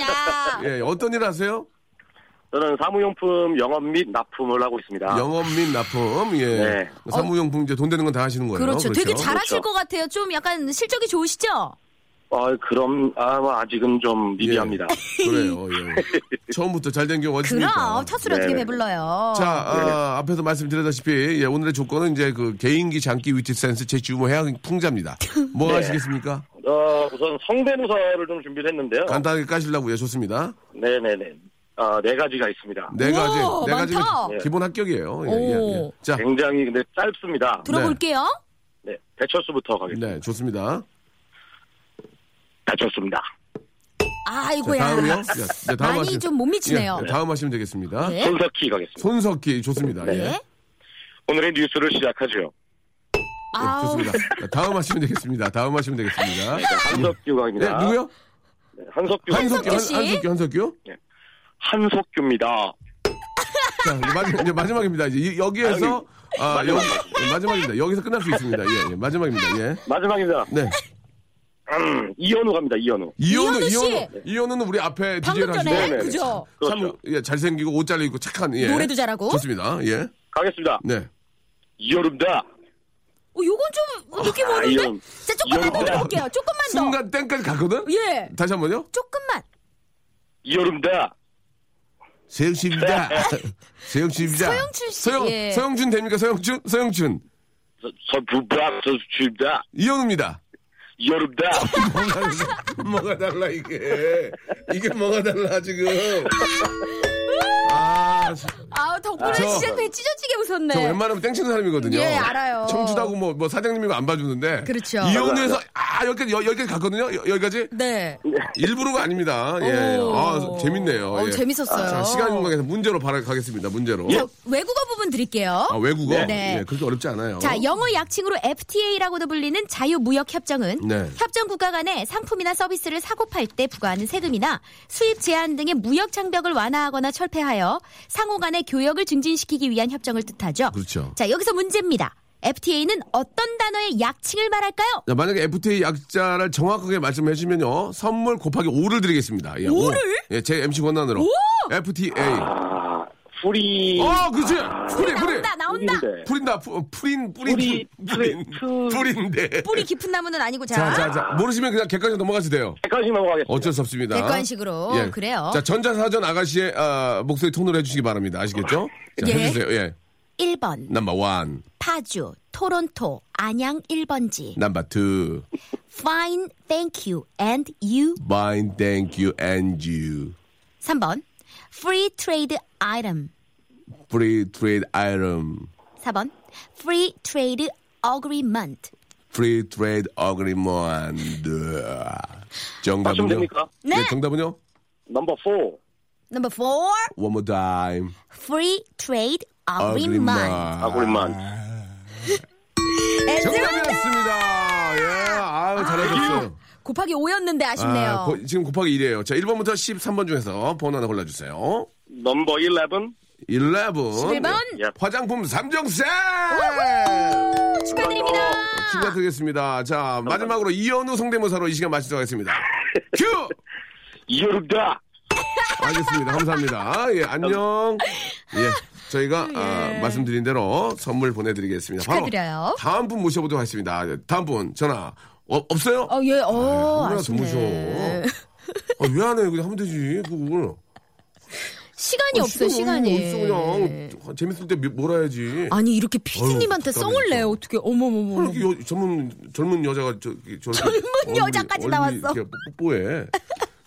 S3: 야.
S1: 예, 어떤 일 하세요?
S8: 저는 사무용품 영업 및 납품을 하고 있습니다.
S1: 영업 및 납품, 예.
S8: 아. 네.
S1: 사무용품 이제 돈 되는 건 다 하시는 거예요.
S3: 그렇죠. 되게 잘하실
S8: 그렇죠.
S3: 것 같아요. 좀 약간 실적이 좋으시죠?
S8: 어, 그럼 아마 아직은 좀 미비합니다.
S1: 그래요. 예. 처음부터 잘 된 경우 어딨습니까?
S3: 그럼 첫 술이 어떻게
S8: 네.
S3: 배불러요?
S1: 자, 아, 앞에서 말씀드렸다시피 예, 오늘의 조건은 이제 그 개인기 장기 위치 센스 제주모 해양
S3: <laughs>
S1: 풍자입니다. 뭐 하시겠습니까?
S8: 어, 우선 성대모사를 좀 준비를 했는데요.
S1: 간단하게 까시려고요. 예, 좋습니다.
S8: 네네네. 아, 네 가지가 있습니다.
S1: 네
S3: 우와,
S1: 가지, 네 가지면
S3: 많다.
S8: 예.
S1: 기본 합격이에요.
S3: 오.
S1: 예, 예, 예. 자,
S8: 굉장히 근데 짧습니다.
S3: 들어볼게요.
S8: 네, 배철수부터 가겠습니다.
S1: 네, 좋습니다. 네.
S8: 배철수입니다.
S1: 자,
S3: 아이고야.
S1: 다음이요.
S3: <laughs>
S1: 예, 네, 다음
S3: 많이
S1: 하시-
S3: 좀 못 미치네요.
S1: 예, 다음 하시면 되겠습니다.
S3: 네.
S8: 손석희 가겠습니다.
S1: 손석희 좋습니다.
S8: 네.
S1: 예.
S3: 네.
S8: 오늘의 뉴스를 시작하죠.
S3: 아우.
S1: 예, 네, 좋습니다. 자, 다음 하시면 되겠습니다. 다음 하시면 되겠습니다.
S8: 한석규
S1: 네,
S8: 가입니다.
S1: 누구요?
S8: 네, 한석규
S1: 한석규,
S3: 한석규 씨.
S1: 한, 한석규, 한석규.
S8: 한석규입니다.
S1: 자, 이제 마지, 이제 마지막입니다. 이제 이- 여기에서 아,
S8: 마지막.
S1: 여기, 예, 마지막입니다. 여기서 끝날 수 있습니다. 예, 예, 마지막입니다. 예.
S8: 마지막입니다.
S1: 네.
S8: 음, 이현우 갑니다. 이현우.
S1: 이현우,
S3: 이현우 씨!
S1: 이현우, 이현우는 우리 앞에
S3: 방금
S1: DJ를
S3: 전에
S8: 네네.
S1: 하시고
S3: 그죠?
S8: 그렇죠.
S1: 참 예, 잘생기고 옷 잘 입고 착한 예.
S3: 노래도 잘하고.
S1: 좋습니다. 예.
S8: 가겠습니다.
S1: 네.
S8: 이현우입니다.
S3: 어, 요건 좀 느낌
S8: 아,
S3: 오는데.
S8: 이런-
S3: 자, 조금만 더 예.
S8: 이런-
S3: 들어볼게요. 조금만 더.
S1: 순간 땡까지 가거든?
S3: 예.
S1: 다시 한 번요.
S3: 조금만.
S8: 이여름다.
S3: <laughs>
S1: 세영씨입니다. 세영씨입니다.
S3: 서영춘 씨,
S1: 서영,
S3: 예.
S1: 서영준 됩니까? 서영준? 서영준.
S8: 서- 서부박 선수입니다.
S1: 이현우입니다.
S8: 이여름다.
S1: 뭐가, 뭐가 달라, 이게. 이게 뭐가 달라, 지금. 아,
S3: 아 덕분에
S1: 저-
S3: 진짜 배 찢어지게 웃었네.
S1: 저 웬만하면 땡치는 사람이거든요.
S3: 예, 알아요.
S1: 청주다고 뭐, 뭐 사장님이고 안 봐주는데.
S3: 그렇죠.
S1: 이혼해서, 아, 여기까지, 여, 여기까지 갔거든요? 여, 여기까지?
S3: 네.
S1: 일부러가 아닙니다. 예.
S3: 오.
S1: 아, 재밌네요.
S3: 어,
S1: 예.
S3: 재밌었어요.
S1: 자, 시간 관계에서 문제로 바라 가겠습니다. 문제로.
S3: 자, 외국어 부분 드릴게요.
S1: 아, 외국어?
S3: 네.
S1: 예, 그렇게 어렵지 않아요.
S3: 자, 영어 약칭으로 FTA라고도 불리는 자유무역협정은
S1: 네.
S3: 협정 국가 간에 상품이나 서비스를 사고팔 때 부과하는 세금이나 수입 제한 등의 무역 장벽을 완화하거나 철폐하여 상호 간의 교역을 증진시키기 위한 협정을 뜻하죠.
S1: 그렇죠.
S3: 자, 여기서 문제입니다. FTA는 어떤 단어의 약칭을 말할까요?
S1: 자, 만약에 FTA 약자를 정확하게 말씀해 주시면요. 선물 곱하기 5를 드리겠습니다. 예, 5를? 예, 제 MC 권한으로. FTA.
S8: 아, 풀이.
S1: 아, 그렇지. 뿌리, 네. 뿌리.
S3: 나온다, 나온다.
S8: 풀인데.
S1: 뿌린다. 뿌, 뿌린, 뿌린.
S8: 뿌리,
S1: 뿌린.
S8: 뿌리,
S1: 뿌린데.
S3: 뿌리 깊은 나무는 아니고 자,
S1: 자, 자, 자. 모르시면 그냥 객관식 넘어가도 돼요.
S8: 헷갈리지 넘어가겠습니다.
S1: 어쩔 수 없습니다. 예.
S3: 객관식으로. 그래요.
S1: 자, 전자사전 아가씨의 아, 목소리 톤으로 해주시기 바랍니다. 아시겠죠? 자,
S3: 예.
S1: 해주세요. 예.
S3: 1번
S1: 넘버 원,
S3: 파주, 토론토, 안양 1번지.
S1: 넘버 투,
S3: Fine, thank you and you.
S1: mine, thank you and you,
S3: 3번 free trade item
S1: free trade item,
S3: 4번 free trade agreement
S1: free trade agreement.
S8: 맞추면
S1: 정답은요?
S8: 됩니까?
S3: 아, 네.
S1: 정답은요?
S8: 넘버 4.
S3: Number 4
S1: One more time.
S3: free trade agreement
S1: agreement.
S8: 아구리만.
S1: 정답이었습니다. 예, 아유, 잘하셨어요.
S3: 곱하기 5였는데 아쉽네요
S1: 아, 고- 지금 곱하기 1이에요. 자, 1번부터 13번 중에서 번호 하나 골라주세요.
S8: 넘버 11.
S1: 11.
S3: 1번
S1: 예. 화장품 3정세!
S3: 예. 축하드립니다
S1: 축하드리겠습니다. 자, 마지막으로 이현우 성대모사로 이 시간 마치도록 하겠습니다. 큐!
S8: 이여름다.
S1: 알겠습니다. 감사합니다. 예, 안녕. 예. 저희가 아, 말씀드린 대로 선물 보내드리겠습니다.
S3: 예. 축하드려요.
S1: 바로 다음 분 모셔보도록 하겠습니다. 다음 분 전화 어, 없어요?
S3: 어예어
S1: 얼마나 드무셔. 아, 왜안 해? 그냥 하면 되지. 그걸.
S3: 시간이 없어요 시간이
S1: 아,
S3: 네.
S1: 없어 그냥 아, 재밌을 때 뭐, 미- 몰아야지.
S3: 아니 이렇게 피디님한테
S1: 어휴,
S3: 성을
S1: 답답해,
S3: 내요 어떻게 어머머머
S1: 이렇게 여- 젊은 젊은 여자가 저기 저렇게
S3: 젊은
S1: 얼굴이-
S3: 여자까지
S1: 얼굴이
S3: 나왔어.
S1: 이렇게 뽀뽀해.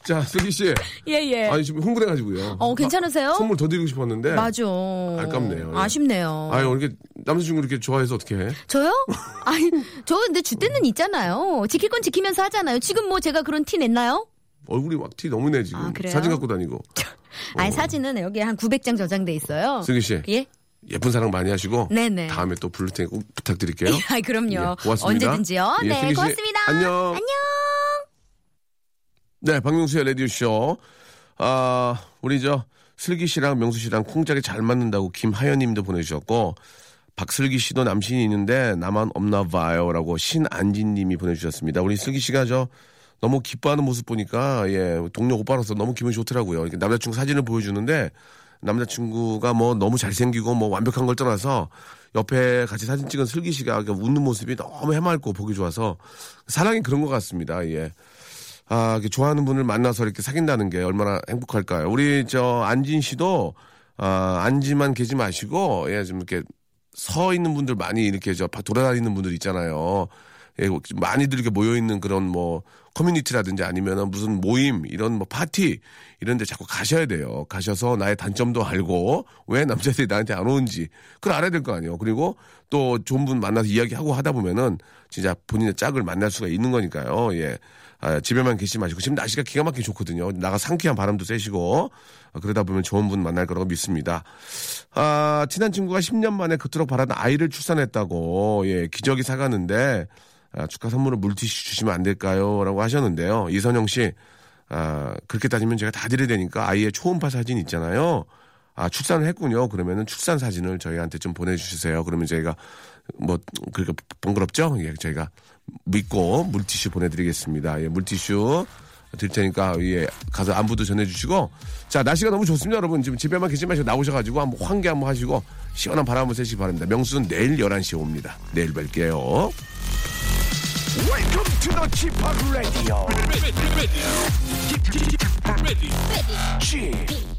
S1: 자, 슬기 씨.
S3: 예예
S1: 아니 지금 흥분해가지고요.
S3: 어 괜찮으세요?
S1: 아, 선물 더 드리고 싶었는데.
S3: 맞아
S1: 아깝네요. 예.
S3: 아쉽네요
S1: 아유, 이렇게 남자친구 이렇게 좋아해서 어떻게 해?
S3: 저요? <laughs> 아니, 저 근데 주대는 있잖아요. 지킬 건 지키면서 하잖아요. 지금 뭐 제가 그런 티 냈나요?
S1: 얼굴이 막 티 너무 내 지금.
S3: 아, 그래요?
S1: 사진 갖고 다니고.
S3: 아니, 사진은 여기 한 900장 저장돼 있어요.
S1: 슬기 어. 씨.
S3: 예? <laughs>
S1: 예쁜 사랑 많이 하시고
S3: 네네.
S1: 다음에 또 부를 테니 꼭 부탁드릴게요.
S3: 아이, 그럼요.
S1: 예, 고맙습니다.
S3: 언제든지요.
S1: 예,
S3: 네,
S1: 슬기 씨,
S3: 고맙습니다.
S1: 안녕.
S3: 안녕.
S1: 네, 박명수의 라디오쇼. 아, 우리 저, 슬기 씨랑 명수 씨랑 쿵짝이 잘 맞는다고 김하연 님도 보내주셨고, 박슬기 씨도 남친이 있는데 나만 없나 봐요. 라고 신안진 님이 보내주셨습니다. 우리 슬기 씨가 저, 너무 기뻐하는 모습 보니까, 예, 동료 오빠로서 너무 기분이 좋더라고요. 이렇게 남자친구 사진을 보여주는데, 남자친구가 뭐 너무 잘생기고 뭐 완벽한 걸 떠나서, 옆에 같이 사진 찍은 슬기 씨가 이렇게 웃는 모습이 너무 해맑고 보기 좋아서, 사랑이 그런 것 같습니다. 예. 아, 이렇게 좋아하는 분을 만나서 이렇게 사귄다는 게 얼마나 행복할까요? 우리 저 안진 씨도 아, 안지만 계지 마시고 예, 좀 이렇게 서 있는 분들 많이 이렇게 저 바- 돌아다니는 분들 있잖아요. 예, 좀 많이들 이렇게 모여 있는 그런 뭐 커뮤니티라든지 아니면은 무슨 모임 이런 뭐 파티 이런 데 자꾸 가셔야 돼요. 가셔서 나의 단점도 알고 왜 남자들이 나한테 안 오는지 그걸 알아야 될 거 아니에요. 그리고 또 좋은 분 만나서 이야기하고 하다 보면은 진짜 본인의 짝을 만날 수가 있는 거니까요. 예. 아, 집에만 계시지 마시고 지금 날씨가 기가 막히게 좋거든요. 나가 상쾌한 바람도 쐬시고 아, 그러다 보면 좋은 분 만날 거라고 믿습니다. 아, 친한 친구가 10년 만에 그토록 바라던 아이를 출산했다고 예, 기저귀 사가는데 아, 축하 선물로 물티슈 주시면 안 될까요? 라고 하셨는데요. 이선영 씨, 아, 그렇게 따지면 제가 다 드려야 되니까 아이의 초음파 사진 있잖아요. 아, 출산을 했군요. 그러면은 출산 사진을 저희한테 좀 보내주세요. 그러면 저희가 뭐, 그러니까 번거롭죠? 예, 저희가 믿고 물티슈 보내드리겠습니다. 예, 물티슈 드릴 테니까, 예, 가서 안부도 전해주시고. 자, 날씨가 너무 좋습니다, 여러분. 지금 집에만 계신 마시고 나오셔가지고 한번 환기 한번 하시고, 시원한 바람 한번 쐬시기 바랍니다. 명수는 내일 11시에 옵니다. 내일 뵐게요. Welcome to the Chip Radio. Chip